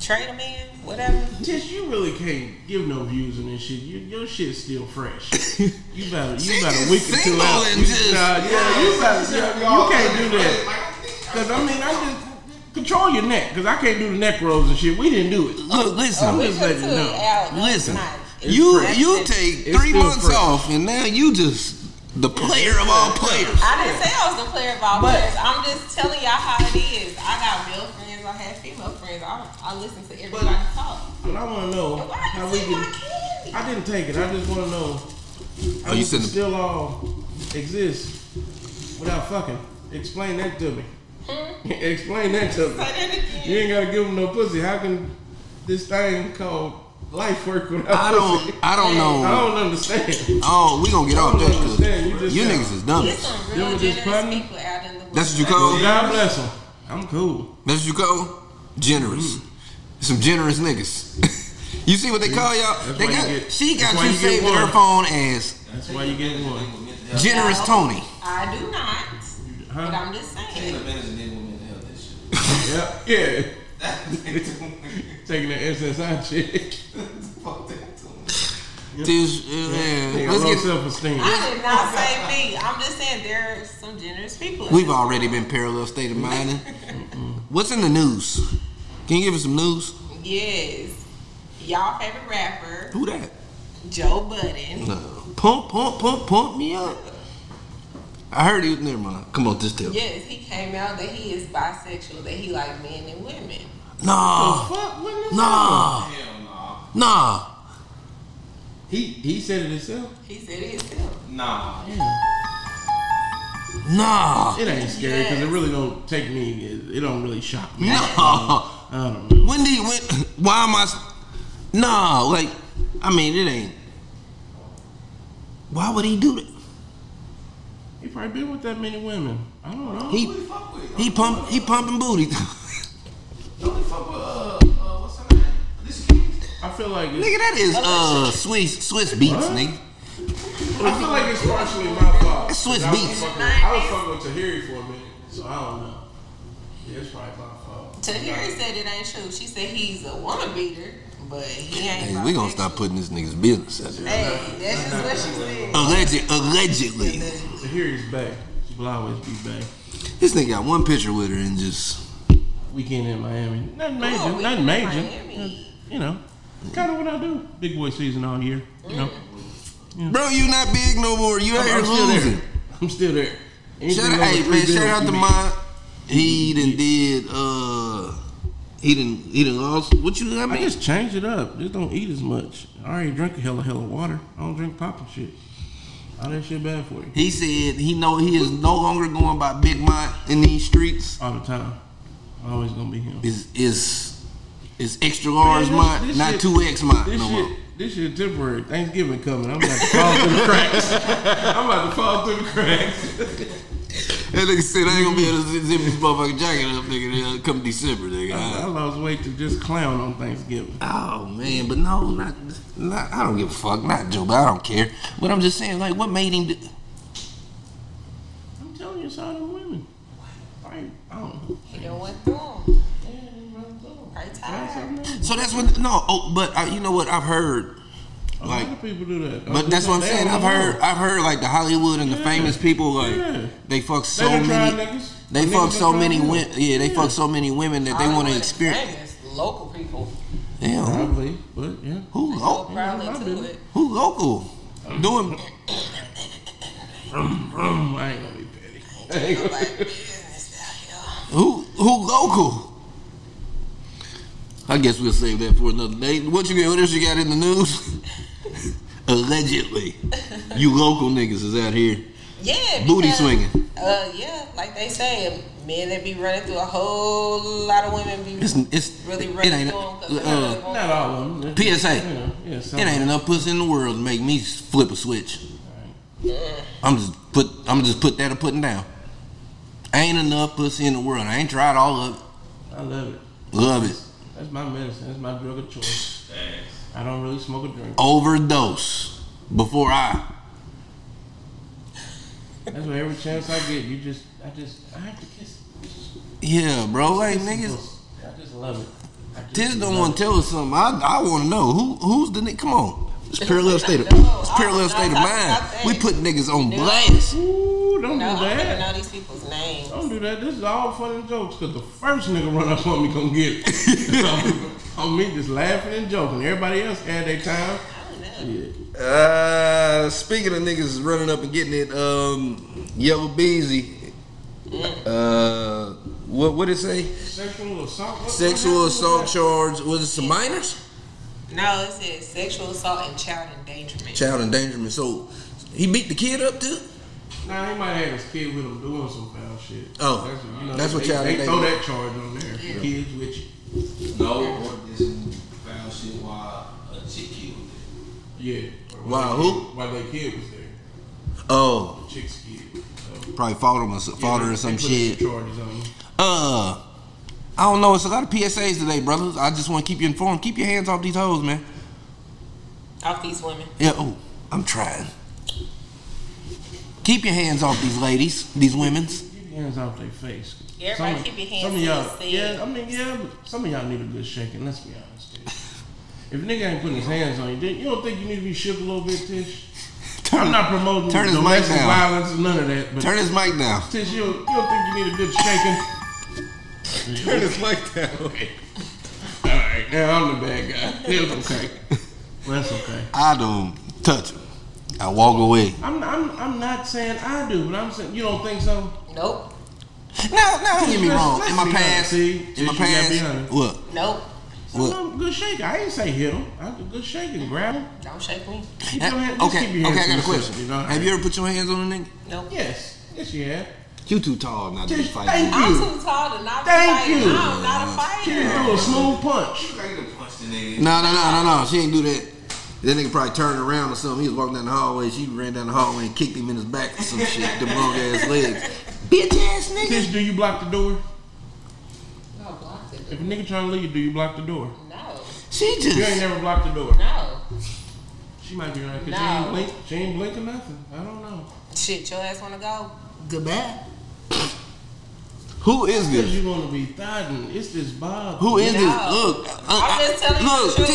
E: trade them in, whatever.
D: Tish, you really can't give no views on this shit. You, your shit's still fresh. You better, you
C: She
D: better
C: is
D: week or two
C: single
D: out.
C: and
D: You-
C: just-
D: nah, yeah, you better. You can't do that. Cause I mean, I just control your neck. Cause I can't do the neck rolls and shit. We didn't do it.
C: Look,
D: I'm
C: listen,
D: just letting you know.
C: listen.
E: Oh, It's
C: You
E: fresh.
C: you take
D: It's
C: three
D: still
C: months
D: fresh.
C: off, and now you just the player of all players.
E: I didn't say I was a player of all
D: But-
E: players. I'm just telling y'all how it is. I got male friends. I have female friends. I, I listen to everybody
D: But-
E: talk.
D: But I want to know
E: And why
D: how
E: you
D: we
E: take my
D: can.
E: candy?
D: I didn't take it. I just want to know how
C: Oh, you
D: we
C: said
D: can
C: the-
D: still all exist without fucking. Explain that to me.
C: Hmm?
D: Explain that to me.
E: Say that again.
D: You ain't gotta give them no pussy. How can this thing called life work without
C: I
D: pussy?
C: don't I don't
D: I
C: know.
D: don't understand.
C: Oh, we gonna get off that
D: understand. You
C: because
D: just
C: you
D: said-
C: niggas is
E: There's
C: dummies.
E: some
D: You
E: real
D: ever just
E: generous
D: pardon?
E: people out in the world.
C: That's what you call
D: God bless them. I'm cool.
C: that's what you call generous. Some generous niggas. you see what they call y'all?
D: Mm-hmm. That's
C: They
D: why you
C: got
D: get-
C: she got
D: that's why
C: you
D: you get
C: saved in her
D: one.
C: phone as
D: That's why you get one.
C: generous
E: No,
C: Tony.
E: I do not. But
D: Huh?
E: I'm just
F: Ain't
E: saying.
F: a man's nigga with mental health issues.
D: Yeah. Yeah.
F: Fuck
D: Taking that SSI chick.
F: that too.
C: This, yeah,
D: They got
C: let's
D: low
C: get-
D: self esteem.
E: I did not say me. I'm just saying there are some generous people.
C: We've already been parallel state of mind. What's in the news? Can you give us some news?
E: Yes. Y'all favorite rapper,
C: Who that?
E: Joe Budden.
C: No. Pump, pump, pump, pump me up. I heard he was never mind. Come on, just tell me.
E: Yes, he came out that he is bisexual, that he like men and women.
C: Nah.
D: Fuck, when this
C: Nah.
F: Hell nah.
C: Nah.
D: He he said it himself.
E: He said it himself.
F: Nah.
C: Nah.
D: It ain't scary because
E: Yes.
D: it really don't take me. It, it don't really shock me.
C: Nah.
D: I don't know.
C: When did when why am I s- Nah, like I mean it ain't why would he do that?
D: He probably been with that many women. I don't know.
C: He
F: Who the fuck with?
C: he pump he pumping booty.
F: Don't we fuck with, uh, uh, what's her name? This kid.
D: I feel like it's,
C: nigga, that is uh Swiss Swiss beats,
D: What?
C: nigga.
D: I feel like it's partially my fault.
C: That's Swiss
D: I was
C: beats.
D: fucking- I was fucking with Tahiri for a minute, so I don't know. Yeah, it's probably my fault.
E: Tahiri said it ain't true. She said he's a woman beater, but he ain't.
C: Hey, we gonna stop
E: bisexual.
C: putting this nigga's business out there.
E: Hey, that's just what she said.
C: Alleged, allegedly.
D: Tahiri's back. She will always be back.
C: This nigga got one picture with her and just
D: Weekend in Miami. Nothing major.
E: Oh, we
D: nothing
E: in
D: major. Uh,
E: Miami.
D: You know, kind of what I do. Big boy season all year. You know,
C: Bro, you not big no more. You out
D: I'm,
C: here
D: I'm still
C: losing.
D: there. I'm still there. Anything
C: Shout out,
D: over
C: hey,
D: three
C: man, shout
D: bills,
C: out
D: you
C: to
D: need.
C: my he done did uh he done he done lost what you I
D: I
C: mean?
D: just change it up. Just don't eat as much. I already drink a hell of hell of water. I don't drink pop and shit. All that shit bad for you.
C: He said he know he is no longer going by Big Mont in these streets.
D: All the time. Always gonna be him.
C: Is is is extra large Mont,
D: this
C: not
D: shit-
C: two X Mont
D: This
C: no
D: shit,
C: more.
D: this shit temporary. Thanksgiving coming. I'm about to fall through the cracks. I'm about to fall through the cracks.
C: That nigga said I ain't gonna be able to zip this motherfucking jacket up, nigga, uh, come December, nigga.
D: I
C: I-
D: lost weight to just clown on Thanksgiving.
C: Oh man, but no, not, not I don't give a fuck. Not Joe, but I don't care. But I'm just saying, like, what made him? Do,
D: I'm telling you, it's all them women. Like, down.
E: You know what? Boom.
D: Yeah, you run through 'em.
E: Right
D: That's
E: time.
D: something else.
C: So that's what no. Oh, but I, you know what I've heard.
D: A
C: Like,
D: lot of people do that.
C: but that's what I'm saying. I've heard. I've heard like the Hollywood and the
D: Yeah.
C: famous people like
D: Yeah.
C: they fuck
D: They
C: so
D: done tried
C: many.
D: niggas.
C: They
D: Niggas
C: fuck
D: done
C: so
D: tried
C: many
D: niggas.
C: women. Yeah, they fuck so many women that they want to experience.
E: Famous local people.
C: Damn,
D: Probably, but yeah.
C: who
E: Oh,
C: local?
E: probably
D: Ain't
E: to
D: nobody
E: it.
C: Who local? Doing
D: Um, I ain't gonna be petty.
E: Nobody business out
C: who? Who local? I guess we'll save that for another day. What you got? What else you got in the news? Allegedly, you local niggas is out here
E: here. Yeah.
C: booty
E: because,
C: swinging.
E: Uh, yeah, like they say, men that be running through a whole lot of women be
C: It's it's
E: really
C: it
E: running
C: ain't
E: through 'em 'cause
C: uh,
E: they really want-
D: Not all of them.
C: PSA.
D: You know, yeah,
C: it ain't enough pussy in the world to make me flip a switch. I'm just put I'm just put that a putting down. Ain't enough pussy in the world. I ain't tried all of it.
D: I love it.
C: Love it.
D: That's my medicine. That's my drug of choice.
F: Thanks.
D: I don't really smoke or drink.
C: Overdose before I.
D: That's what every chance I get. You just, I just, I have to kiss.
C: Yeah, bro. Like
D: kiss the
C: niggas,
D: pussy. I just love it. I just
C: this don't
D: love
C: want
D: it.
C: to tell us something. I I want to know who who's the nigga. Come on, it's parallel state of
E: No,
C: it's
E: I-
C: parallel state of
E: I- I-
C: mind.
E: I-
C: We put niggas on
E: No.
C: blast.
D: Ooh, don't
E: No,
D: do
E: I don't even
D: that.
E: know these people's names.
D: Don't do that. This is all fun and jokes because the first nigga run up on me gonna get it. so, on me just laughing and joking. Everybody else had their time.
E: I don't know.
D: Yeah.
C: Uh, speaking of niggas running up and getting it, um, Yellow Beezy. Uh, what what it say?
D: Sexual assault. What- what
C: Sexual
D: happened with
C: assault
D: that?
C: charge. Was it some minors?
E: No, it says sexual assault and child endangerment.
C: Child endangerment. So he beat the kid up too.
D: Nah, he might have his kid with him doing some foul shit.
C: Oh,
D: you know,
C: that's what
D: they,
C: y'all-
D: they
C: they-
D: throw that charge on there. Kids with you.
F: No, or this foul shit while a chick killed it.
D: Yeah.
C: Why,
D: they-
C: who?
D: Why their kid was there?
C: Oh,
D: Chick's kid. So,
C: probably fought him or some, fought her
D: yeah,
C: or some
D: they put
C: shit.
D: some Charges on him.
C: Uh, I don't know. It's a lot of PSAs today, brothers. I just want to keep you informed. Keep your hands off these hoes, man.
E: Off these women.
C: Yeah. Oh, I'm trying. Keep your hands off these ladies, these women's.
D: Keep your hands off their face.
E: Yeah,
D: Some-
E: everybody keep your hands
D: Some of
E: to
D: y'all,
E: the side.
D: yeah, I mean, yeah, but some of y'all need a good shaking. Let's be honest. Dude. If a nigga ain't putting his hands on you, then you don't think you need to be shook a little bit, Tish? I'm not promoting
C: turn his mic
D: domestic
C: down.
D: violence or none of that. But
C: Turn his mic down.
D: Tish, you don't, you don't think you need a good shaking?
C: Turn his mic down.
D: All right, now I'm the bad guy. It's okay. That's okay.
C: I don't touch him. I walk away.
D: I'm, I'm, I'm not saying I do, but I'm saying you don't think so.
E: Nope.
C: No, no, don't get me
D: Let's-
C: wrong.
D: let's
C: In my
D: be honest,
C: past,
D: see?
C: in my
D: Just you gotta be
C: past,
D: honest.
C: look,
E: Nope.
C: What?
D: Some good shaking. I ain't say hit him. I do good shaking. Grab him.
E: Don't shake me.
D: Keep your hand- just keep
C: Eh, okay, okay.
D: your hands
C: I
D: to
C: got a
D: yourself,
C: question.
D: you know?
C: Have you ever put your hands on a nigga?
E: Nope.
D: Yes. Yes, you have.
C: You too tall not to be
D: Just
C: fighting.
D: think-
E: I'm
D: You.
E: too tall to not be
D: Thank
E: fighting.
D: you.
E: I'm not a
D: Give me a
E: fighter.
D: little smooth punch.
F: I could have punched the nigga.
C: No, no, no, no, no. She ain't do that. That nigga probably turned around or something. He was walking down the hallway. She ran down the hallway and kicked him in his back or some shit. Them long ass legs. Bitch ass nigga.
D: Tish, do you block the door?
E: No, block it.
D: If a nigga trying to leave, do you block the door?
E: No.
C: She
D: You ain't
C: just.
D: never blocked the door.
E: No.
D: She might be right because she
E: No.
D: ain't blink. She ain't blinking nothing. I don't know.
E: Shit, your ass wanna go? Goodbye.
C: Who is
D: Because
C: this?
D: you want to be thighing. It's this Bob.
C: Who is this?
E: No.
C: Look, uh,
E: I'm
C: uh,
E: just telling you
C: look,
E: the truth.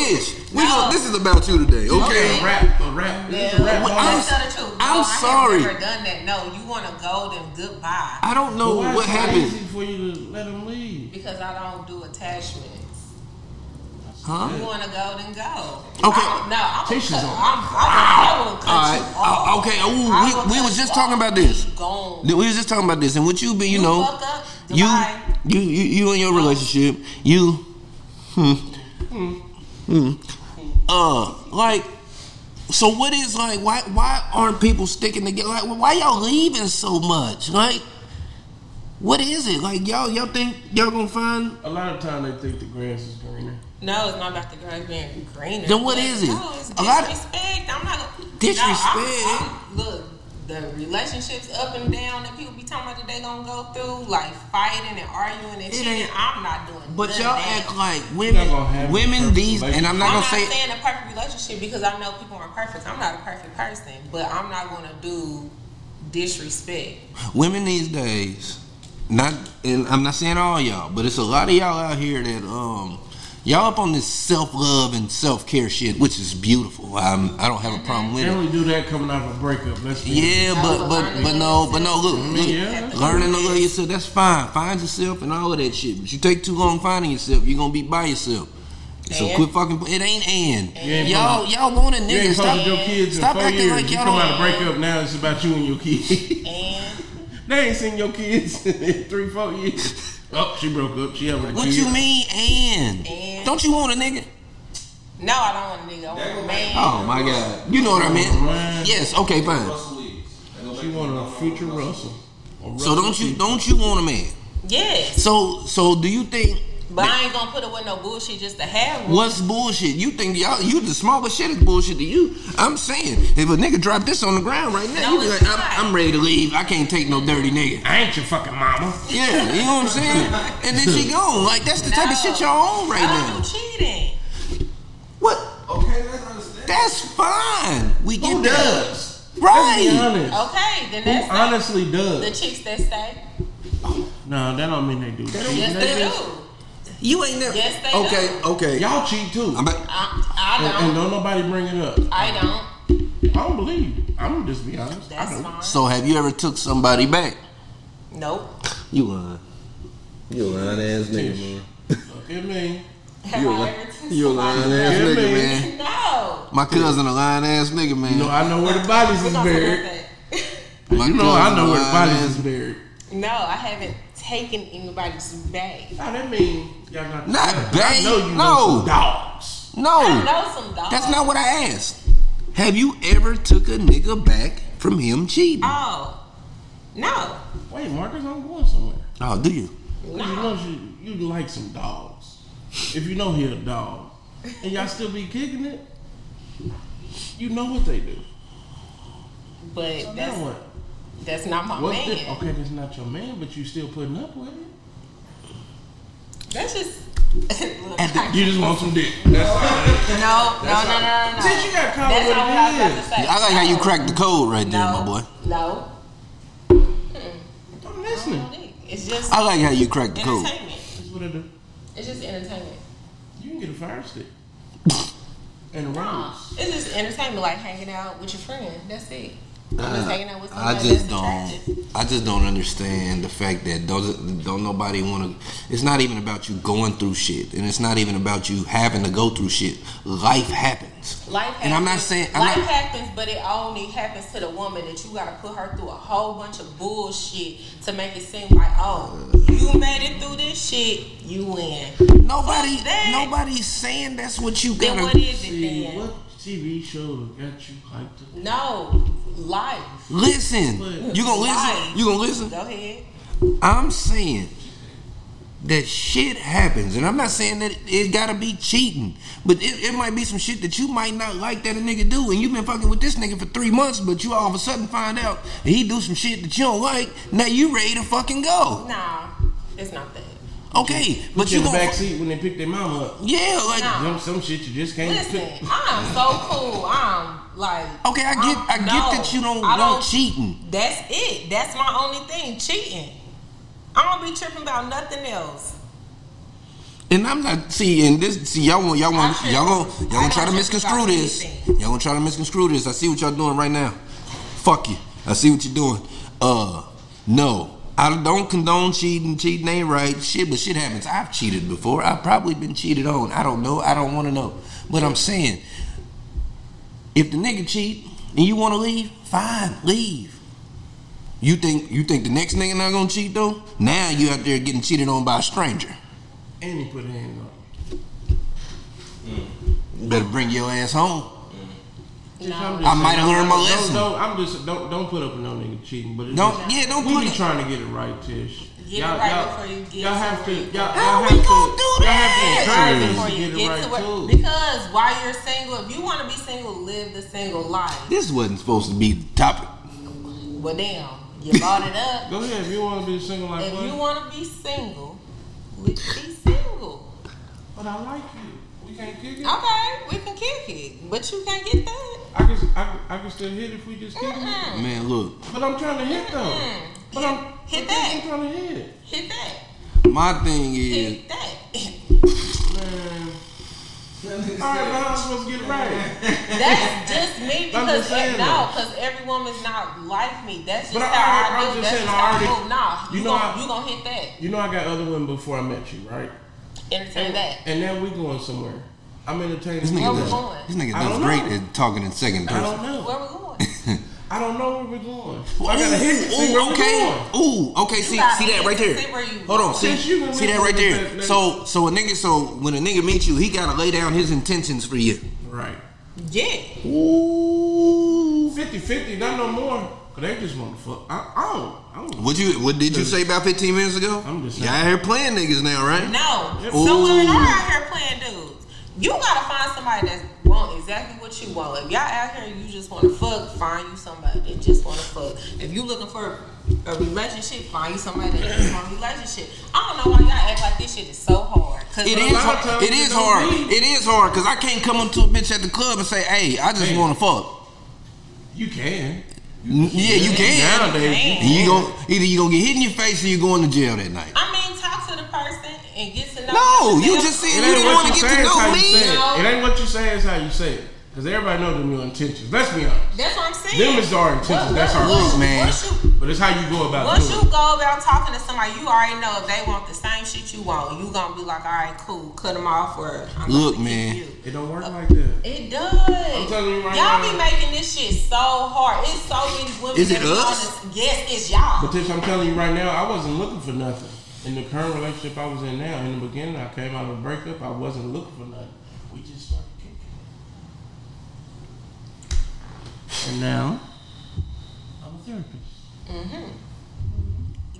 C: Tish. We
E: No.
C: gonna, this is about you today, okay?
D: A rap. A rap. This is a rap.
E: Well,
C: I'm-
E: let's tell the truth. No,
C: I'm
E: I
C: sorry.
E: Have never done that. No, you wanna go? Then goodbye.
C: I don't know
D: But why
C: what
D: is it
C: happened,
D: Easy for you to let him leave.
E: Because I don't do attachments.
C: huh?
E: You wanna go? Then go.
C: Okay.
E: I, no, I'm.
D: Tisha's
E: cut,
D: on.
E: I'm, I'm, I'm gonna cut
C: All right.
E: you off.
C: Uh, okay. Ooh,
E: I
C: we-
E: will
C: we
E: cut
C: was
E: you
C: just talking
E: off.
C: about this.
E: Be Gone.
C: We was just talking about this, and what you be, you,
E: You
C: know,
E: fuck up,
C: you,
E: goodbye.
C: you, you, you in your relationship, you, hmm, hmm, uh, like, so what is like? Why, why aren't people sticking together? Like, why y'all leaving so much? Like, what is it? Like, y'all, y'all think y'all gonna find?
D: A lot of time they think the grass is greener.
E: No, it's not about the girls being greener.
C: Then what
E: But
C: is it?
E: No, it's
C: A lot of-
E: disrespect. I'm not gonna
C: Disrespect?
E: No, I'm- I'm- look, the relationships up and down that people be talking about that they gonna go through, like fighting and arguing and
C: It
E: cheating.
C: ain't-
E: I'm not doing.
C: But
E: none
C: y'all
E: of that.
C: act like
D: Y'all gonna
C: women,
D: have
C: women
D: perfect
C: these, and I'm not
E: I'm
C: gonna
E: not
C: say.
E: saying a perfect relationship because I know people aren't perfect. I'm not a perfect person, but I'm not gonna do disrespect.
C: Women these days not and I'm not saying all y'all, but it's a lot of y'all out here that um y'all up on this self love and self care shit, which is beautiful. I'm I don't have a problem with
D: They
C: it.
D: only do that coming out of a breakup. Let's be
C: Yeah, but but but no, but no. Look, look
D: Yeah.
C: learning to love yourself. That's fine. Find yourself and all of that shit. But you take too long finding yourself, you're gonna be by yourself. So
E: And-
C: quit fucking. It ain't and
D: You ain't
C: y'all y'all want a
D: You
C: nigga.
D: ain't
C: Stop,
D: talked to your kids
C: stop
D: in four
C: acting
D: years.
C: like
D: you
C: y'all
D: come out
C: don't.
D: of breakup now. It's about you and your kids.
E: And
D: they ain't seen your kids in three, four years. Oh, she broke up. She having a
C: What
D: kid.
C: you mean and?
E: And-
C: Don't you want a nigga?
E: no, I don't want a nigga. I want a man.
C: Oh my god. You know what I
D: Man.
C: meant? Yes. Okay. Fine.
F: Russell Williams. They go back
D: She
F: to
D: want a
F: Russell
D: future
F: Williams.
D: Russell. A
C: So don't you don't you want a man?
E: Yes,
C: So so do you think
E: but I ain't gonna put up with no bullshit just to have one.
C: what's bullshit? You think y'all you the smallest shit is bullshit to you? I'm saying if a nigga drop this on the ground right now,
E: No,
C: you be
E: it's
C: like,
E: not.
C: I'm, I'm ready to leave. I can't take no dirty nigga.
D: I ain't your fucking mama.
C: Yeah, you know what I'm saying? And then she gone. Like that's the type of shit y'all on right
E: Oh,
C: now.
E: cheating.
C: What?
F: Okay, that's understandable.
C: That's fine. We get
D: Who
C: that.
D: does? Let's be
C: Right.
D: honest.
E: Okay, then
D: Who
E: that's not-
D: honestly
E: the
D: does?
E: chicks that stay.
D: No, that don't mean they do. cheat.
E: Yes, they do.
C: You ain't never.
E: Yes, they
C: okay. Okay.
D: Y'all cheat too.
C: I'm about-
E: I,
D: and,
E: I
D: and
E: don't.
D: don't nobody bring it up.
E: I don't.
D: I don't believe you. I'm gonna just be honest. I
E: That's
D: don't.
E: fine.
C: so have you ever took somebody back?
E: nope.
C: You lying. You lying ass nigga, man.
D: Look at me.
E: Have
C: You a,
E: I
C: li-
E: ever took
C: you a lying ass
D: Yeah,
C: nigga,
D: man.
C: man.
E: No.
C: My cousin a lying ass nigga, man.
D: You know I know where the bodies
E: We're
D: is
E: gonna forget
D: buried.
E: that.
C: My
D: You know I
C: cousin
D: know
C: a
D: where the
C: lying
D: bodies is
C: ass-
D: buried.
E: no, I haven't taken anybody's bag.
D: Now that mean y'all not
C: Not
D: together. I
C: bae,
D: know
C: no.
D: you know some dogs.
E: I
C: No,
E: know some dogs.
C: that's not what I asked. Have you ever took a nigga back from him cheating?
E: Oh. No.
D: Wait, Marcus, I'm going somewhere.
C: Oh, do you?
D: You know you, you like some dogs. If you know he a dog, and y'all still be kicking it, you know what they do.
E: But
D: So now
E: that's
D: what?
E: that's not my
D: What
E: man.
D: the- okay, that's not your man, but you still putting up with it.
E: That's just Look,
D: You just want some dick. That's all.
E: no, no, no, no, no, no.
D: Since you got caught
E: That's
D: with
E: not
D: it
E: what I was about
D: is.
E: to say.
C: I like how you
E: No.
C: cracked the code right there,
E: No,
C: my boy.
E: No,
D: I'm
E: I don't
D: listening.
E: think. it's just
C: I like how you cracked the code.
E: entertainment.
D: That's what I do.
E: It's just entertainment.
D: You can get a fire stick and a rose.
E: It's just entertainment, like hanging out with your friend. That's it. I'm just hanging out with
C: Uh, I
E: somebody
C: just
E: that's
C: don't.
E: attractive.
C: I just don't understand the fact that don't don't nobody want to. It's not even about you going through shit, and it's not even about you having to go through shit. Life happens.
E: Life happens.
C: And I'm not saying. I'm
E: life
C: not,
E: happens, but it only happens to the woman that you gotta put her through a whole bunch of bullshit to make it seem like, oh, you made it through this shit, you win.
C: Nobody,
E: Fuck that.
C: nobody's saying that's what you
E: Then
C: gotta.
E: what is it
D: See
E: then?
D: what TV show got you hyped up?
E: No, life.
C: listen,
D: What?
C: you gonna
E: Why?
C: listen. You gonna listen.
E: Go ahead.
C: I'm saying that shit happens, and I'm not saying that it gotta be cheating, but it, it might be some shit that you might not like that a nigga do, and you've been fucking with this nigga for three months, but you all of a sudden find out that he do some shit that you don't like. Now you ready to fucking go?
E: Nah, it's not that.
C: Okay, but
D: Put
C: you
D: in the
C: gonna
D: back seat when they pick their mama up.
C: yeah, like
E: Nah.
D: Some, some shit you just can't
E: Listen,
D: pick.
E: I'm so cool. I'm like
C: okay, I get, I get
E: I'm- no,
C: that you don't
E: I
C: want cheating.
E: That's it. That's my only thing. Cheating. I don't be tripping about nothing else.
C: And I'm not see and this see y'all want y'all want
E: I should-
C: y'all gonna y'all
E: I
C: gonna try to
E: don't
C: misconstrue
E: think about
C: this.
E: anything.
C: Y'all gonna try to misconstrue this. I see what y'all doing right now. Fuck you. I see what you're doing. Uh no. I don't condone cheating. Cheating ain't right. Shit, but shit happens. I've cheated before. I've probably been cheated on. I don't know. I don't want to know. But I'm saying, if the nigga cheat and you want to leave, fine, leave. You think you think the next nigga not gonna cheat though? Now you out there getting cheated on by a stranger.
D: And he put hands on.
C: Mm. Better bring your ass home.
D: Just- I'm
C: I
D: just
C: might
D: saying,
C: have learned my
D: don't-
C: lesson.
D: Don't, I'm just don't don't put up with no nigga cheating. But it's
C: Don't-
D: just-
C: yeah, don't
D: we
C: put
D: be
C: it-
D: trying to get it right, Tish.
E: Get it right before you get
D: y'all have to.
E: to
D: Y'all,
E: it.
D: y'all
C: How
D: have
C: we
D: to,
C: gonna do
D: Y'all have
C: that?
D: to
C: Right
E: Before
D: encourage us to
E: you
D: get it
E: get to
D: right
E: work,
D: too.
E: because while you're single, if you want to be single, live the single life.
C: This wasn't supposed to be the topic.
E: Well, damn, you bought it up.
D: Go ahead if you want to be single like
E: if you
D: what?
E: want to be single, li- be single.
D: But I like you. We can't kick it.
E: Okay, we can kick it, but you can't get that.
D: I can, I, can- I can still hit if we just keep it.
C: Man, look,
D: But I'm trying to hit though. But I'm,
E: Hit
D: but
E: that.
D: I'm trying to hit.
E: Hit that.
C: my thing is,
E: Hit that.
D: Man. All right, now I'm supposed to get it right.
E: That's just me
D: I'm
E: because
D: just saying
E: no,
D: though.
E: because every woman's not like me. That's just
D: But I-
E: how I,
D: I- I'm
E: do.
D: just
E: That's
D: saying,
E: just
D: I
E: how I
D: already-
E: move. Nah, you,
D: you know
E: gonna
D: I-
E: you gonna hit that.
D: You know I got other women before I met you, right?
E: Entertain that.
D: And now we going somewhere. I'm entertaining.
C: this
E: Where
C: nigga
E: we
C: does,
E: going?
C: this nigga
D: I
C: does
D: don't know.
C: great at talking in second
D: I
C: person.
D: don't know.
E: Where we going?
D: I don't know where we're going.
C: Ooh,
D: I gotta hit. see where
C: ooh,
D: we're
C: okay.
D: going.
C: Ooh, okay. See, see
E: gotta
C: that right there.
E: see where you-
C: Hold on. See,
D: Since you gonna
C: see
D: make
C: that right
D: me
C: there.
D: that nigga-
C: So, so a nigga, so when a nigga meets you, he gotta lay down his intentions for you.
D: Right.
E: Yeah.
C: Ooh.
D: 50 50, not no more. Cause they just want to fuck. I, I don't. I don't.
C: What you? What did you say about 15 minutes ago?
D: I'm just
C: Y'all
D: saying.
C: out here playing niggas now, right?
E: No.
C: Ooh.
E: Some women are out here playing dudes. You gotta find somebody that want exactly what you want. If y'all out here and you just wanna fuck, find you somebody that just wanna fuck. If you looking for a relationship, find you somebody that just want a relationship. I don't know why y'all act like this shit is so hard. Cause
C: It
E: a
C: is.
E: lot-
D: lot of
C: hard-
D: times
C: It
D: it
C: is
D: don't
C: hard.
D: mean-
C: It is hard because I can't come up to a bitch at the club and say, "Hey, I just
D: Hey.
C: want to fuck."
D: You can.
C: N- Yeah, you can.
D: Nowadays, you
E: Damn.
C: You gon' either you gonna get hit in your face or you going to jail that night.
E: I mean, talk to the person and get to know.
C: No,
E: them.
C: you just said
D: It
C: you
D: ain't
C: didn't
D: what
C: want
D: you
C: to get
D: say,
C: to
D: it's
C: know
D: how you
C: me.
D: say it.
E: me.
D: It ain't what you say, it's how you say it. Because everybody know them your intentions. Let's be honest.
E: That's what I'm saying.
D: Them is our intentions,
E: Once-
D: that's our
E: once-
C: Look, man.
E: Once you,
D: But it's how you go about
E: once
D: doing
E: you
D: it.
E: go about talking to somebody, you already know if they want the same shit you want, you gonna be like, all right, cool, cut them off or I'm
C: Look,
E: gonna
C: man.
E: kick you.
D: It don't work like that.
E: It does.
D: telling you right
E: all
D: now.
E: be making this shit so hard. It's so many women.
C: Is it
E: that be on
C: us?
E: this- Yes, it's y'all.
D: But Tish, I'm telling you right now, I wasn't looking for nothing. In the current relationship I was in now, in the beginning, I came out of a breakup, I wasn't looking for nothing. We just started kicking. And now, I'm a therapist.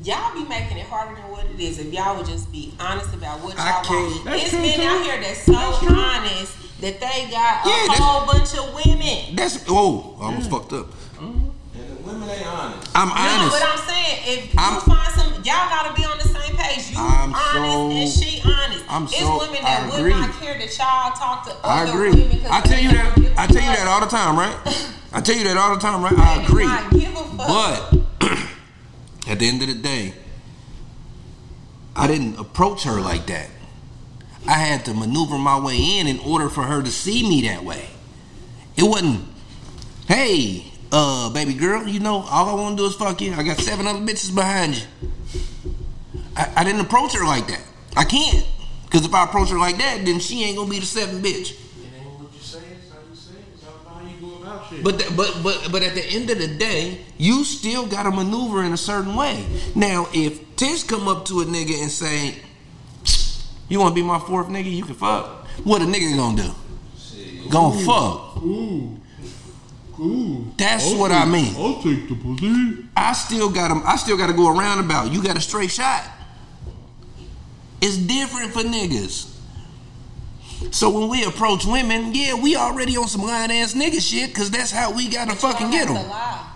E: Y'all be making it harder than what it is. If y'all would just be honest about what
C: I
E: y'all
C: can't-
E: want.
D: that's
E: It's
D: true,
E: men
D: too.
E: out here that's so
D: That's true.
E: honest that they got a
C: Yeah, that's-
E: whole bunch of women.
C: That's oh, I almost fucked up.
F: And the women ain't honest.
C: I'm
E: No,
C: honest.
E: but I'm saying if you
C: I'm-
E: find some, y'all gotta be on the same page. You
C: I'm
E: honest
C: so-
E: and she honest.
C: I'm
E: it's
C: so-
E: women
C: I
E: that would
C: agree.
E: not care that y'all talk to
C: I
E: other
C: agree.
E: women. 'cause
C: I tell
E: they
C: you
E: don't give
C: that.
E: a
C: I tell you
E: fuck.
C: that all the time, right? I tell you that all the time, right? I
E: They do
C: agree.
E: not give a fuck.
C: But at the end of the day, I didn't approach her like that. I had to maneuver my way in in order for her to see me that way. It wasn't, hey, uh, baby girl, you know, all I want to do is fuck you. I got seven other bitches behind you. I, I didn't approach her like that. I can't. Because if I approach her like that, then she ain't going to be the seven bitch.
D: It ain't what you say, it's how you say it. It's all about how you go about shit.
C: But, th- but but but at the end of the day, you still got to maneuver in a certain way. Now, if Tish come up to a nigga and say, "You want to be my fourth nigga? You can fuck." What a nigga gonna do? Gonna fuck.
D: Ooh. Ooh.
C: That's what I mean.
D: I'll take the pussy.
C: I still got him. I still got to go around about. You got a straight shot. It's different for niggas. So when we approach women, yeah, we already on some lying ass nigga shit, cause that's how we gotta fucking
E: Y'all
C: get
E: have
C: them.
E: to lie.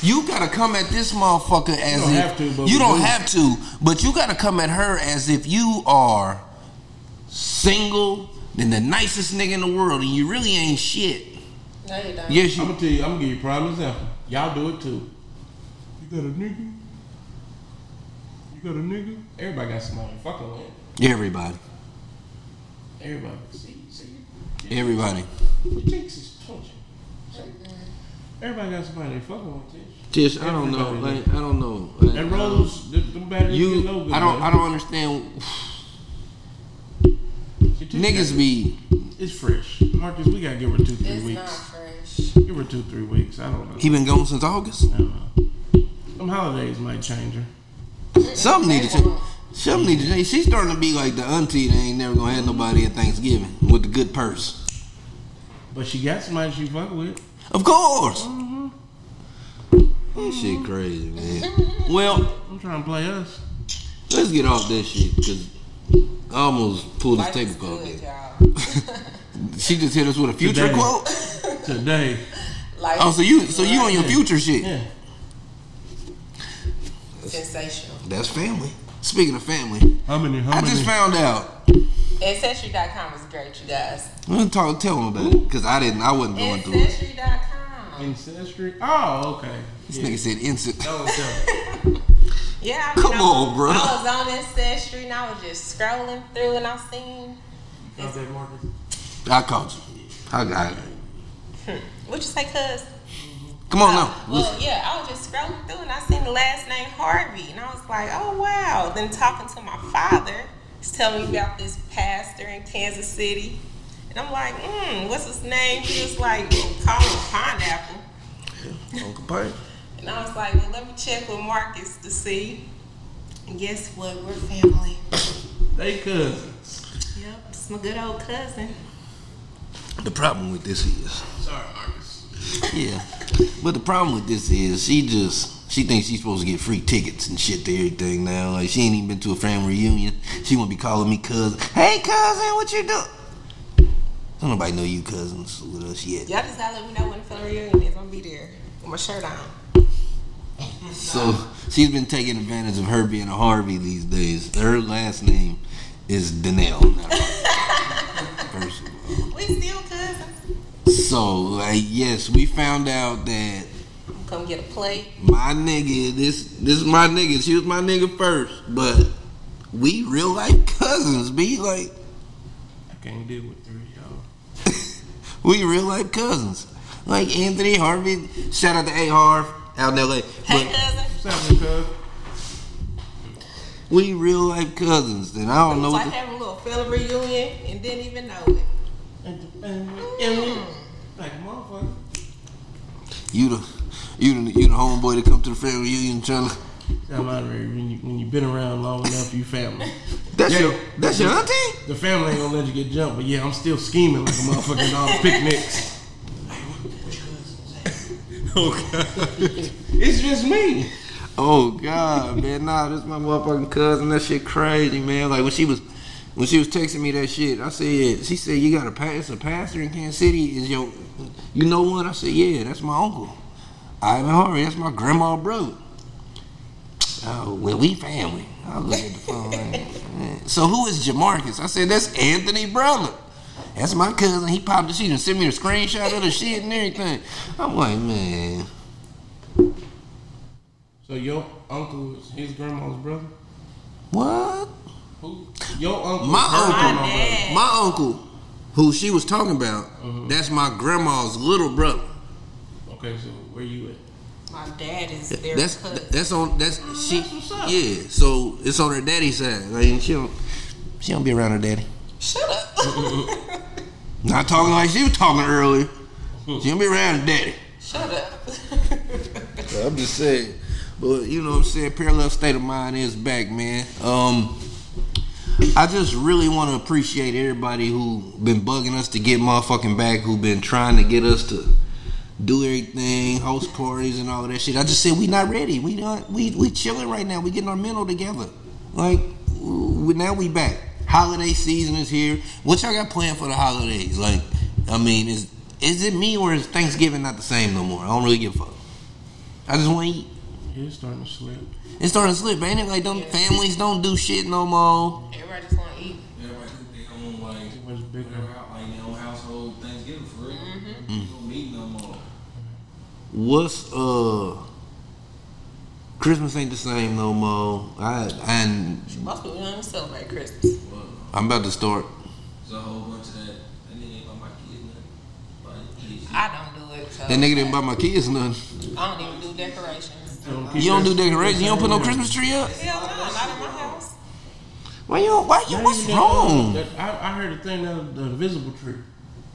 C: You gotta come at this motherfucker as
D: don't
C: if
D: have to, but
C: you
D: we
C: don't
D: do.
C: have to, but you gotta come at her as if you are single and the nicest nigga in the world, and you really ain't shit.
E: No, you don't.
C: Yes,
D: I'm
C: you.
D: gonna tell you, I'm gonna give you a prime example. Y'all do it too. You got a nigga? You got a nigga? Everybody got somebody fucking with.
C: Everybody,
D: Everybody. See, see,
C: everybody.
D: your jinx is punching. Everybody got somebody they fucking with. Tish.
C: Tish, I don't know.
D: Everybody.
C: Like, I don't know.
D: That
C: Like, um,
D: rose, them them bad
C: You,
D: get no good.
C: I don't. I
D: man.
C: don't understand.
D: Your tooth
C: Niggas
D: got-
C: be.
D: It's fresh. Marcus, we gotta give her two, three
E: It's not
D: weeks.
E: fresh.
D: Give her two, three weeks. I don't know.
C: He been gone since August.
D: I don't know. Them holidays might change her.
C: Some need
E: They
C: to.
E: won't.
C: Some need to. change. She's starting to be like the auntie that ain't never gonna have nobody at Thanksgiving with the good purse.
D: But she got somebody she fuck with.
C: Of course. This shit crazy, man. Well,
D: I'm trying to play us.
C: let's get off this shit because I almost pulled this
E: Life is
C: table up.
E: good,
C: there.
E: y'all.
C: She just hit us with a future
D: Today.
C: quote.
D: Today.
E: Life
C: Oh, so
E: is
C: you, so you on your
D: Yeah.
C: future shit?
D: Yeah.
E: sensational.
C: That's family. Speaking of family,
D: How many? How
C: I
D: many?
C: just found out
E: Ancestry.com is great, you guys.
C: Well, talk, tell them about it, cause I didn't. I wasn't going through it.
E: Ancestry.com.
D: Ancestry. Oh, okay.
C: This
D: Yeah.
C: nigga said instant.
D: That was dumb.
E: Yeah, I
C: Come
E: I
C: on,
E: was-
C: bro.
E: I was on Ancestry and I was just scrolling through and I seen
D: Got that, Marcus?
C: I caught you. I got it.
E: what you say, cuz?
C: Come on now.
E: Well, yeah, I was just scrolling through and I seen the last name Harvey and I was like, oh wow. Then talking to my father, he's telling me about this pastor in Kansas City. And I'm like, mm, what's his name? He was like, well, call him Pineapple.
C: Don't complain.
E: And I was like, well, let me check with Marcus to see. And guess what? We're family.
D: They cousins.
E: Yep, it's my good old cousin.
C: The problem with this is,
D: Sorry, Marcus.
C: yeah. But the problem with this is, she just she thinks she's supposed to get free tickets and shit to everything now. Like she ain't even been to a family reunion. She gonna be calling me cousin. Hey cousin, what you do? Don't nobody know you cousins with us yet.
E: Y'all just gotta let me know when the family reunion is. I'm gonna be there with my shirt on.
C: So she's been taking advantage of her being a Harvey these days. Her last name is Danelle. not Harvey. First of all.
E: We still cousins.
C: So, like, yes, we found out that
E: Come get a plate.
C: my nigga, this this is my nigga. She was my nigga first, but we real life cousins. Be like,
D: I can't deal with three, y'all.
C: we real life cousins. Like Anthony Harvey. Shout out to A Harv out in L.A.
E: Hey,
C: But
E: cousin.
D: What's happening, cuz?
C: we real life cousins. Then I don't know.
E: It's
C: What
E: like
C: the,
E: having a little family reunion and didn't even know it.
D: And the family. And we. Like, motherfucker.
C: you the you the you the homeboy that come to the family reunion trying to.
D: Sound like when, you, when you've been around long enough, you family.
C: That's
D: Yeah.
C: your that's your auntie.
D: The family ain't gonna let you get jumped, but yeah, I'm still scheming like a motherfucker in all the picnics. Oh, It's just me.
C: Oh God, man, nah, this my motherfucking cousin. That shit crazy, man. Like when she was, when she was texting me that shit, I said, she said, you got a pass a pastor in Kansas City is your, you know what? I said, yeah, that's my uncle. Ivan Harvey, that's my grandma brother. Oh well, we family. I look at the phone. man. so who is Jamarcus? I said that's Anthony brother. That's my cousin. He popped the shit and sent me a screenshot of the shit and everything. I'm like, man,
D: So your uncle is his grandma's brother?
C: what?
D: Who? Your uncle.
C: My
D: is her
C: uncle.
D: grandma's
E: My
D: brother.
E: dad.
C: My uncle, who she was talking about,
D: Mm-hmm.
C: that's my grandma's little brother.
D: Okay, so where you at?
E: My dad is their
C: that's
E: cousin.
C: that's on that's she.
D: that's what's up.
C: Yeah, so it's on her daddy's side. Like and she don't she don't be around her daddy.
E: Shut up.
C: Not talking like she was talking earlier. She don't be around her daddy.
E: Shut up.
C: I'm just saying. But you know what I'm saying? Parallel state of mind is back, man. Um I just really want to appreciate everybody who been bugging us to get motherfucking back, who been trying to get us to do everything, host parties and all that shit. I just said we not ready. We not we we chilling right now. We getting our mental together. Like we, now we back. Holiday season is here. What y'all got planned for the holidays? Like, I mean, is is it me or is Thanksgiving not the same no more? I don't really give a fuck. I just want to eat.
D: You're starting to slip.
C: It's starting to slip, ain't it? Like, don't families don't do shit no more.
E: Everybody just wanna eat.
F: Everybody cook their own like
D: Too much bigger.
F: whatever, out- like their own household Thanksgiving for real. You don't meet no more.
C: What's uh? Christmas ain't the same no more. I and
E: Most people don't even celebrate Christmas.
F: But
C: I'm about to start.
F: there's a whole bunch of that. That nigga ain't about my kids nothing. Like kids.
E: I don't do it. So
C: That nigga didn't buy my kids nothing.
E: I don't even do decorations.
D: So keep
C: You don't do
D: that-
C: decorations. You don't put no Christmas tree up.
E: Hell no, not in my house.
C: Why you? Why you?
D: Now
C: What's
D: you got-
C: wrong?
D: that- I, I heard a thing that the invisible tree.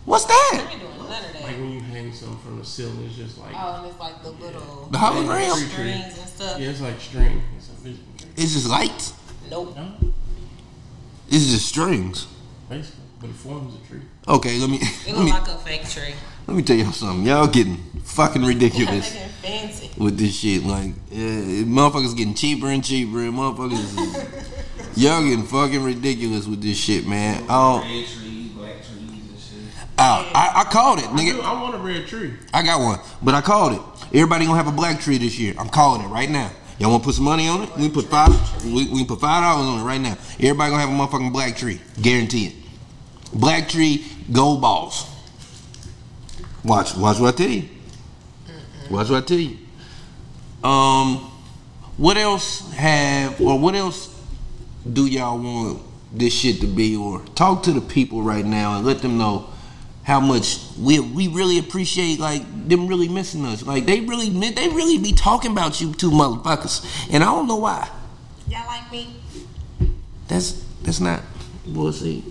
C: What's
E: I
C: that?
E: ain't doing none of
D: Like
E: that.
D: when you hang something from the ceiling, it's just like
E: Oh, and it's like the little
C: The hologram.
E: strings and stuff.
D: yeah, it's like string. It's invisible tree.
C: It's just lights.
E: Nope.
D: No,
C: It's just strings.
D: basically, but it forms a tree.
C: Okay, let me
E: It
C: let
E: look
C: me
E: like a fake tree.
C: let me tell y'all something. Y'all getting fucking ridiculous.
E: They fancy.
C: with this shit. Like, yeah, motherfuckers getting cheaper and cheaper, and motherfuckers, is- y'all getting fucking ridiculous with this shit, man. Oh,
F: Red trees, black trees and shit.
C: I, I called it,
D: Dude,
C: nigga.
D: I want a red tree.
C: I got one, but I called it. Everybody gonna have a black tree this year. I'm calling it right now. Y'all want to put some money on it? We can put five. We, we can put five dollars on it right now. Everybody gonna have a motherfucking black tree, guarantee it. Black tree gold balls. Watch, watch what I tell you. Watch what I tell you. Um, what else have or what else do y'all want this shit to be? Or talk to the people right now and let them know how much we we really appreciate like them really missing us. Like they really mi- they really be talking about you two motherfuckers, and I don't know why.
E: Y'all like me?
C: That's that's not bullshit.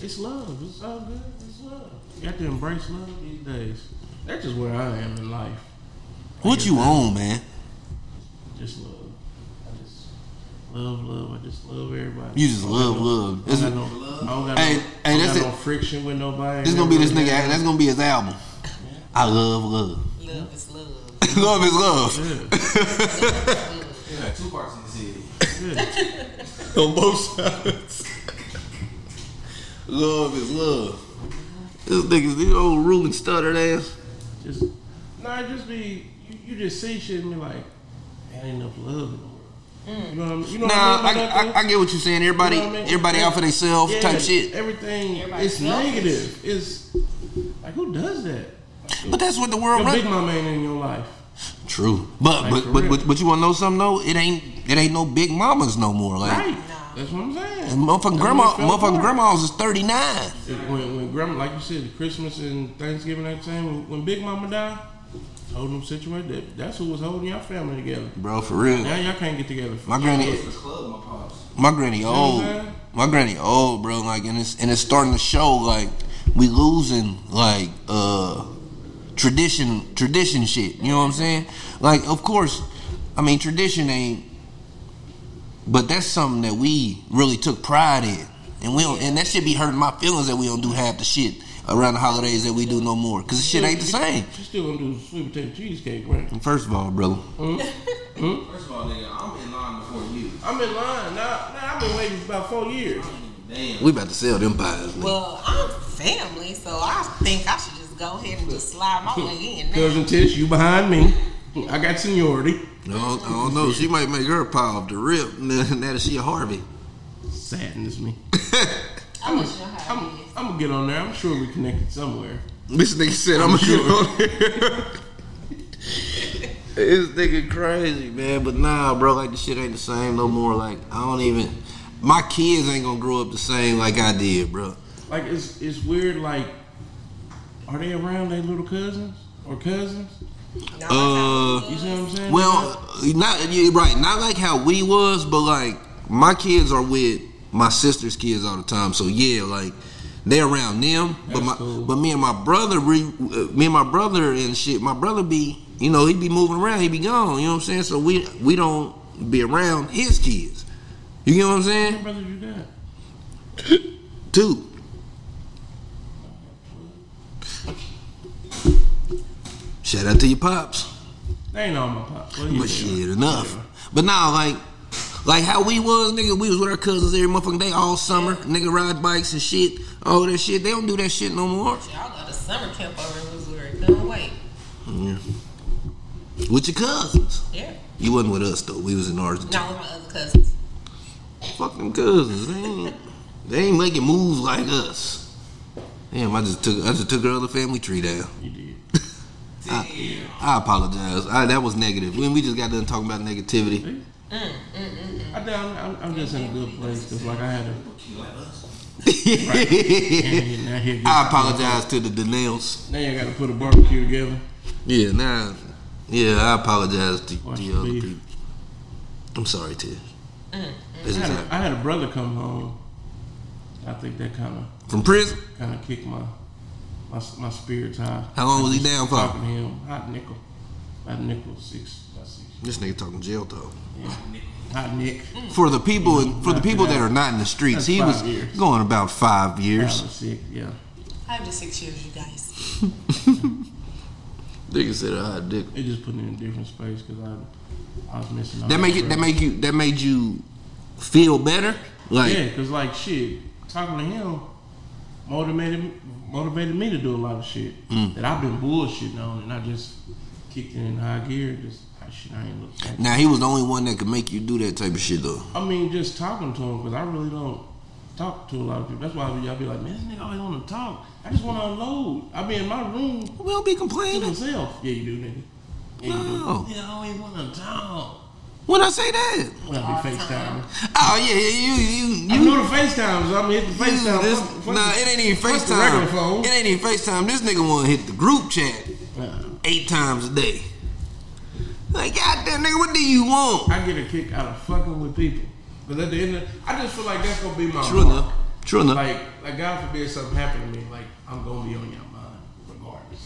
D: It's love. It's all good. It's love. You have to embrace love these days. That's just where I am in life.
C: What you on, man?
D: Just love. I just love, love. I just love everybody.
C: You just love
D: I don't-
C: love.
D: I
C: That's,
D: don't got no, I don't got
C: Hey,
D: no,
C: hey,
D: I don't
C: that's
D: got
C: it.
D: no friction with nobody.
C: this gonna be this nigga. That's gonna be his album. I love love.
E: Love is love.
C: love is love
D: Yeah.
F: You got two parts in the city.
C: on both sides. love is love. This nigga's this old Ruben stuttered ass.
D: Just nah, it just be you, you just see shit and be like, there ain't enough love in the world. You know what I mean? You know
C: Nah,
D: what I
C: I,
D: mean? about
C: I,
D: that?
C: I get what you're saying. Everybody,
D: You know what I mean?
C: everybody out for themselves
D: Yeah,
C: type shit.
D: Everything
E: Everybody's
D: it's
E: selfish.
D: negative. It's like who does that?
C: But that's what the world
D: Your big
C: runs.
D: mama ain't in your life.
C: True, but
D: Like,
C: but,
D: for
C: but
D: real.
C: but but you want to know something though? It ain't it ain't no big mamas no more. Like
D: Right. That's what I'm saying.
C: and motherfucking
D: That's
C: grandma,
D: what it felt
C: motherfucking
D: like.
C: grandmas is 39.
D: It- When, when grandma, like you said, Christmas and Thanksgiving that time, when, when Big Mama died, holding them situated. That, that's who was holding your family together.
C: Bro, for real.
D: Now y'all can't get together. For
C: My granny,
F: It's the club, my pops.
C: my granny old.
D: man.
C: My granny old, bro. Like, and it's and it's starting to show. Like, we losing like uh tradition, tradition shit. You know what I'm saying? Like, of course, I mean tradition ain't. But that's something that we really took pride in, and we don't. And that should be hurting my feelings that we don't do half the shit around the holidays that we do no more. Cause the shit ain't the same.
D: You still gonna do sweet potato cheesecake, right?
C: First of all, brother,
F: First of all, nigga, I'm in line before you.
D: I'm in line. Now, now I've been waiting for about four years.
C: Oh,
F: Damn.
C: we about to sell them pies. Man.
E: Well, I'm family, so I think I should just go ahead and just slide my way in now.
D: Cousin Tish, you behind me. I got seniority.
C: I don't, I don't know. She might make her pile up the rip. Now that she a Harvey.
D: Saddens me.
E: I wish I had
D: I'm,
E: this.
D: I'm gonna get on there. I'm sure we connected somewhere.
C: This nigga said, "I'm gonna get on here." this nigga crazy, man. But nah, bro, like the shit ain't the same no more. Like I don't even. My kids ain't gonna grow up the same like I did, bro.
D: Like it's it's weird. Like, are they around their little cousins or cousins?
E: No, I
C: Uh,
E: got
D: You
E: this.
D: see what I'm saying?
C: Well, not you right. Not like how we was, but like my kids are with my sister's kids all the time. So yeah, like they around them. but
D: That's
C: my
D: cool.
C: but me and my brother, re, uh, me and my brother and shit. My brother be you know he be moving around. He be gone. You know what I'm saying? So we we don't be around his kids. You get what I'm
D: How many
C: saying?
D: brothers you got?
C: Two. Shout out to your pops.
D: They ain't all my pops. Well,
C: But
D: yeah.
C: shit, enough. But now, like, like how we was, nigga, we was with our cousins every motherfucking day all summer. Nigga ride bikes and shit, all that shit. They don't do that shit no more.
E: Y'all got a summer camp over in Missouri. Couldn't wait.
C: With your cousins.
E: Yeah.
C: You wasn't with us though. We was in ours.
E: Not with my other cousins.
C: Fuck them cousins. They ain't, they ain't making moves like us. Damn, I just took I just took her other family tree down.
D: You did.
C: I apologize. I, that was negative. When we just got done talking about negativity.
D: I think I'm, I'm, I'm just in a good place because like I had a. and now here
C: I
D: gets-
C: apologize to the Donnells.
D: Now you gotta put a barbecue together.
C: Yeah, nah. Yeah, I apologize to
D: Watch
C: the
D: the
C: other
D: beef. Mm-hmm.
C: people. I'm sorry, Tish. This
D: I
C: is
D: had, a,
C: happening.
D: I had a brother come home. I think that kind of
C: From prison?
D: kind of kicked my my my spirits high.
C: How long was he down for?
D: Talking to him, hot nickel, hot nickel six, about six.
C: This nigga talking jail though.
D: Hot nick,
C: For the people, for the people that are not in the streets,
D: Mm. That's
C: he was
D: five years.
C: going about five
D: five or
C: years.
D: six, yeah.
E: Five to six years, you guys.
C: Nigga said a hot dick.
D: It just put me in a different space because I I was missing. All
C: That make it. That make you. That made you feel better. Like
D: yeah, because like shit, talking to him motivated motivated me
C: Mm.
D: to do a lot of shit that I've been bullshitting on, and I just kicked it in high gear. Just I type of shit. I ain't look. at.
C: Now he was the only one that could make you do that type of shit though.
D: I mean, just talking to him because I really don't talk to a lot of people. That's why y'all be like, man, this nigga always want to talk. I just want to unload. I be in my room
C: We don't be
D: to
C: complaining.
D: myself. Yeah, you do, nigga. Yeah, you
C: No.
D: do. Yeah, I always want to talk.
C: When I say that,
D: When I be FaceTiming.
C: oh yeah, yeah, you you
D: I
C: you.
D: know the FaceTime, so I'm gonna hit the
C: This,
D: FaceTime.
C: this,
D: Fuck- fuck
C: nah,
D: the-
C: it ain't even
D: fuck the regular
C: FaceTime.
D: phone.
C: It ain't even FaceTime. This nigga wanna hit the group chat
D: Nah,
C: eight times a day. Like, goddamn nigga, what do you want?
D: I get a kick out of fucking with people. But at the end, of, I just feel like that's gonna be my
C: True
D: mark.
C: enough. True enough.
D: Like, like God forbid something happened to me, like I'm gonna be on your mind regardless.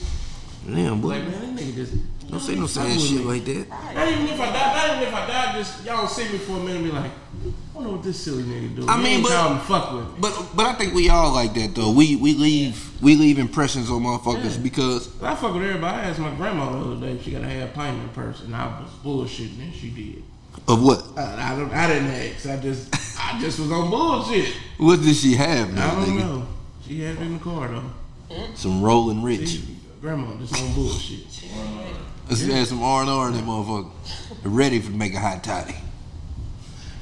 C: Damn, boy.
D: Like man, that nigga just
C: don't say no
D: fucking
C: sad
D: with
C: shit
D: me.
C: like that.
D: Not even if I die, not even if I die, just y'all see me for a minute and be like, I don't know what this silly nigga do.
C: I
D: He
C: mean,
D: ain't
C: but-
D: trying to fuck with me.
C: But but I think we all like that though. We we leave we leave impressions on motherfuckers
D: Yeah.
C: because
D: I fuck with everybody. I asked my grandma the other day if she got a half pint in her purse, and I was bullshitting, and she did.
C: of what?
D: I, I don't. I didn't ask. I just. I just was on bullshit.
C: What did she have
D: I
C: now,
D: don't
C: nigga?
D: know. She had it in the car though.
C: Some rolling rich.
D: She, grandma just on bullshit.
C: Let's add some R and R in that motherfucker. Ready for to make a hot toddy.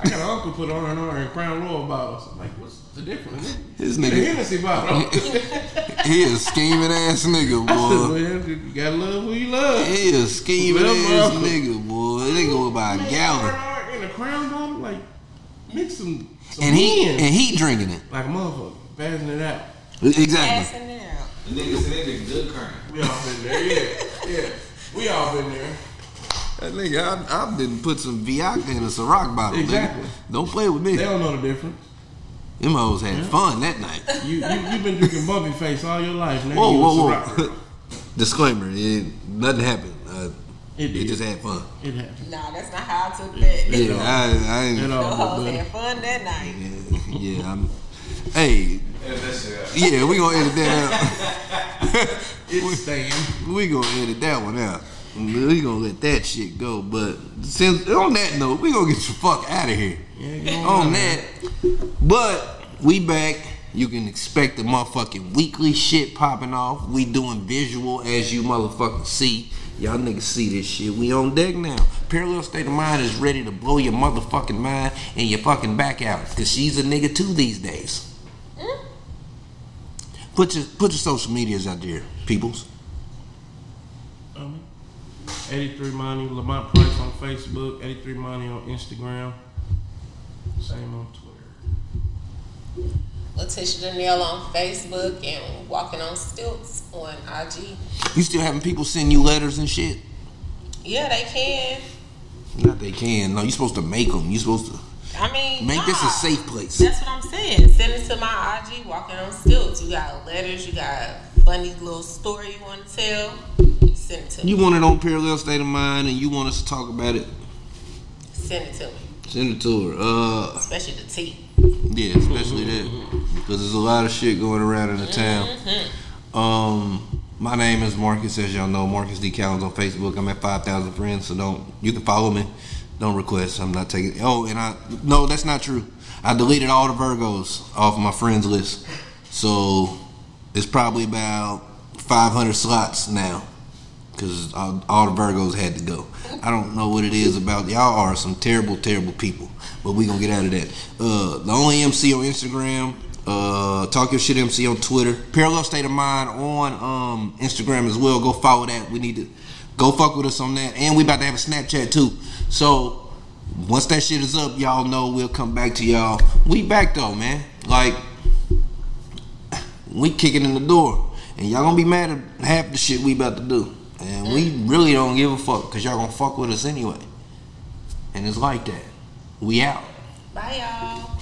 D: I got an uncle put on and on and Crown Royal bottles. I'm like, what's the difference?
C: This
D: The
C: nigga,
D: Hennessy bottle.
C: he a scheming ass nigga,
D: I said,
C: boy.
D: well, you gotta love who you love.
C: He a scheming
D: Little
C: ass
D: brother.
C: nigga, boy. That nigga go by a
D: Man,
C: gallon,
D: R&R In a Crown bottle, like mix some, some
C: and he
D: in.
C: and he drinking it.
D: like a motherfucker, passing it out.
C: Exactly.
E: Passing it out.
F: The nigga said that good current.
D: We all been there, yeah, yeah. We all been there.
C: That nigga, I, I didn't put some Viagra in a Ciroc bottle.
D: Exactly.
C: Nigga. Don't play with me.
D: They don't know the difference.
C: Them hoes had fun that night.
D: You you have been drinking bumpy face all your life. Now
C: Whoa,
D: you a
C: whoa,
D: Ciroc
C: whoa.
D: girl.
C: Disclaimer: it, Nothing happened. Uh, they
D: It did.
C: just had fun.
D: It happened.
E: Nah, that's not how I took that.
C: Yeah, I, I ain't.
D: It
E: The
D: all
E: hoes
D: good.
E: had fun that night.
C: Yeah, yeah, I'm. Hey,
F: Yeah, that shit out.
C: yeah, we gonna edit that
D: It's staying.
C: out. we gonna edit that one out. We gonna let that shit go. But since on that note, we gonna get the fuck out of here.
D: Yeah, go on,
C: on that, but we back. You can expect the motherfucking weekly shit popping off. We doing visual as you motherfucking see. Y'all niggas see this shit. We on deck now. Parallel State of Mind is ready to blow your motherfucking mind and your fucking back out. Cause she's a nigga too these days. Put your put your social medias out there, peoples.
D: Um, 83 Money, Lamont Price on Facebook, 83 Money on Instagram, same on Twitter.
E: Letitia Danielle on Facebook and Walking on Stilts on IG.
C: You still having people send you letters and shit?
E: Yeah, they can.
C: Not they can. No, you supposed to make them. You supposed to
E: I mean,
C: make this
E: nah.
C: a safe place.
E: That's what I'm saying. Send it to my IG, Walking on Stilts. You got letters, you got funny little story you want to tell. Send it to me.
C: You want it on parallel state of mind, and you want us to talk about it.
E: Send it to me,
C: Send it to her. Uh,
E: especially the tea.
C: yeah, especially that, because there's a lot of shit going around in the town. Um, my name is Marcus, as y'all know, Marcus D. Collins on Facebook. I'm at five thousand friends, so don't you can follow me. Don't request. I'm not taking. Oh, and I no, that's not true. I deleted all the Virgos off my friends list, so it's probably about five hundred slots now. Cause all, all the Virgos had to go. I don't know what it is about y'all are some terrible, terrible people. But we gonna get out of that. Uh, the only MC on Instagram, uh, talk your shit MC on Twitter, parallel state of mind on um, Instagram as well. Go follow that. We need to go fuck with us on that, and we about to have a Snapchat too. So once that shit is up, y'all know we'll come back to y'all. We back though, man. Like we kicking in the door, and y'all gonna be mad at half the shit we about to do, and we really don't give a fuck, cause y'all gonna fuck with us anyway. And it's like that. We out.
E: Bye, y'all.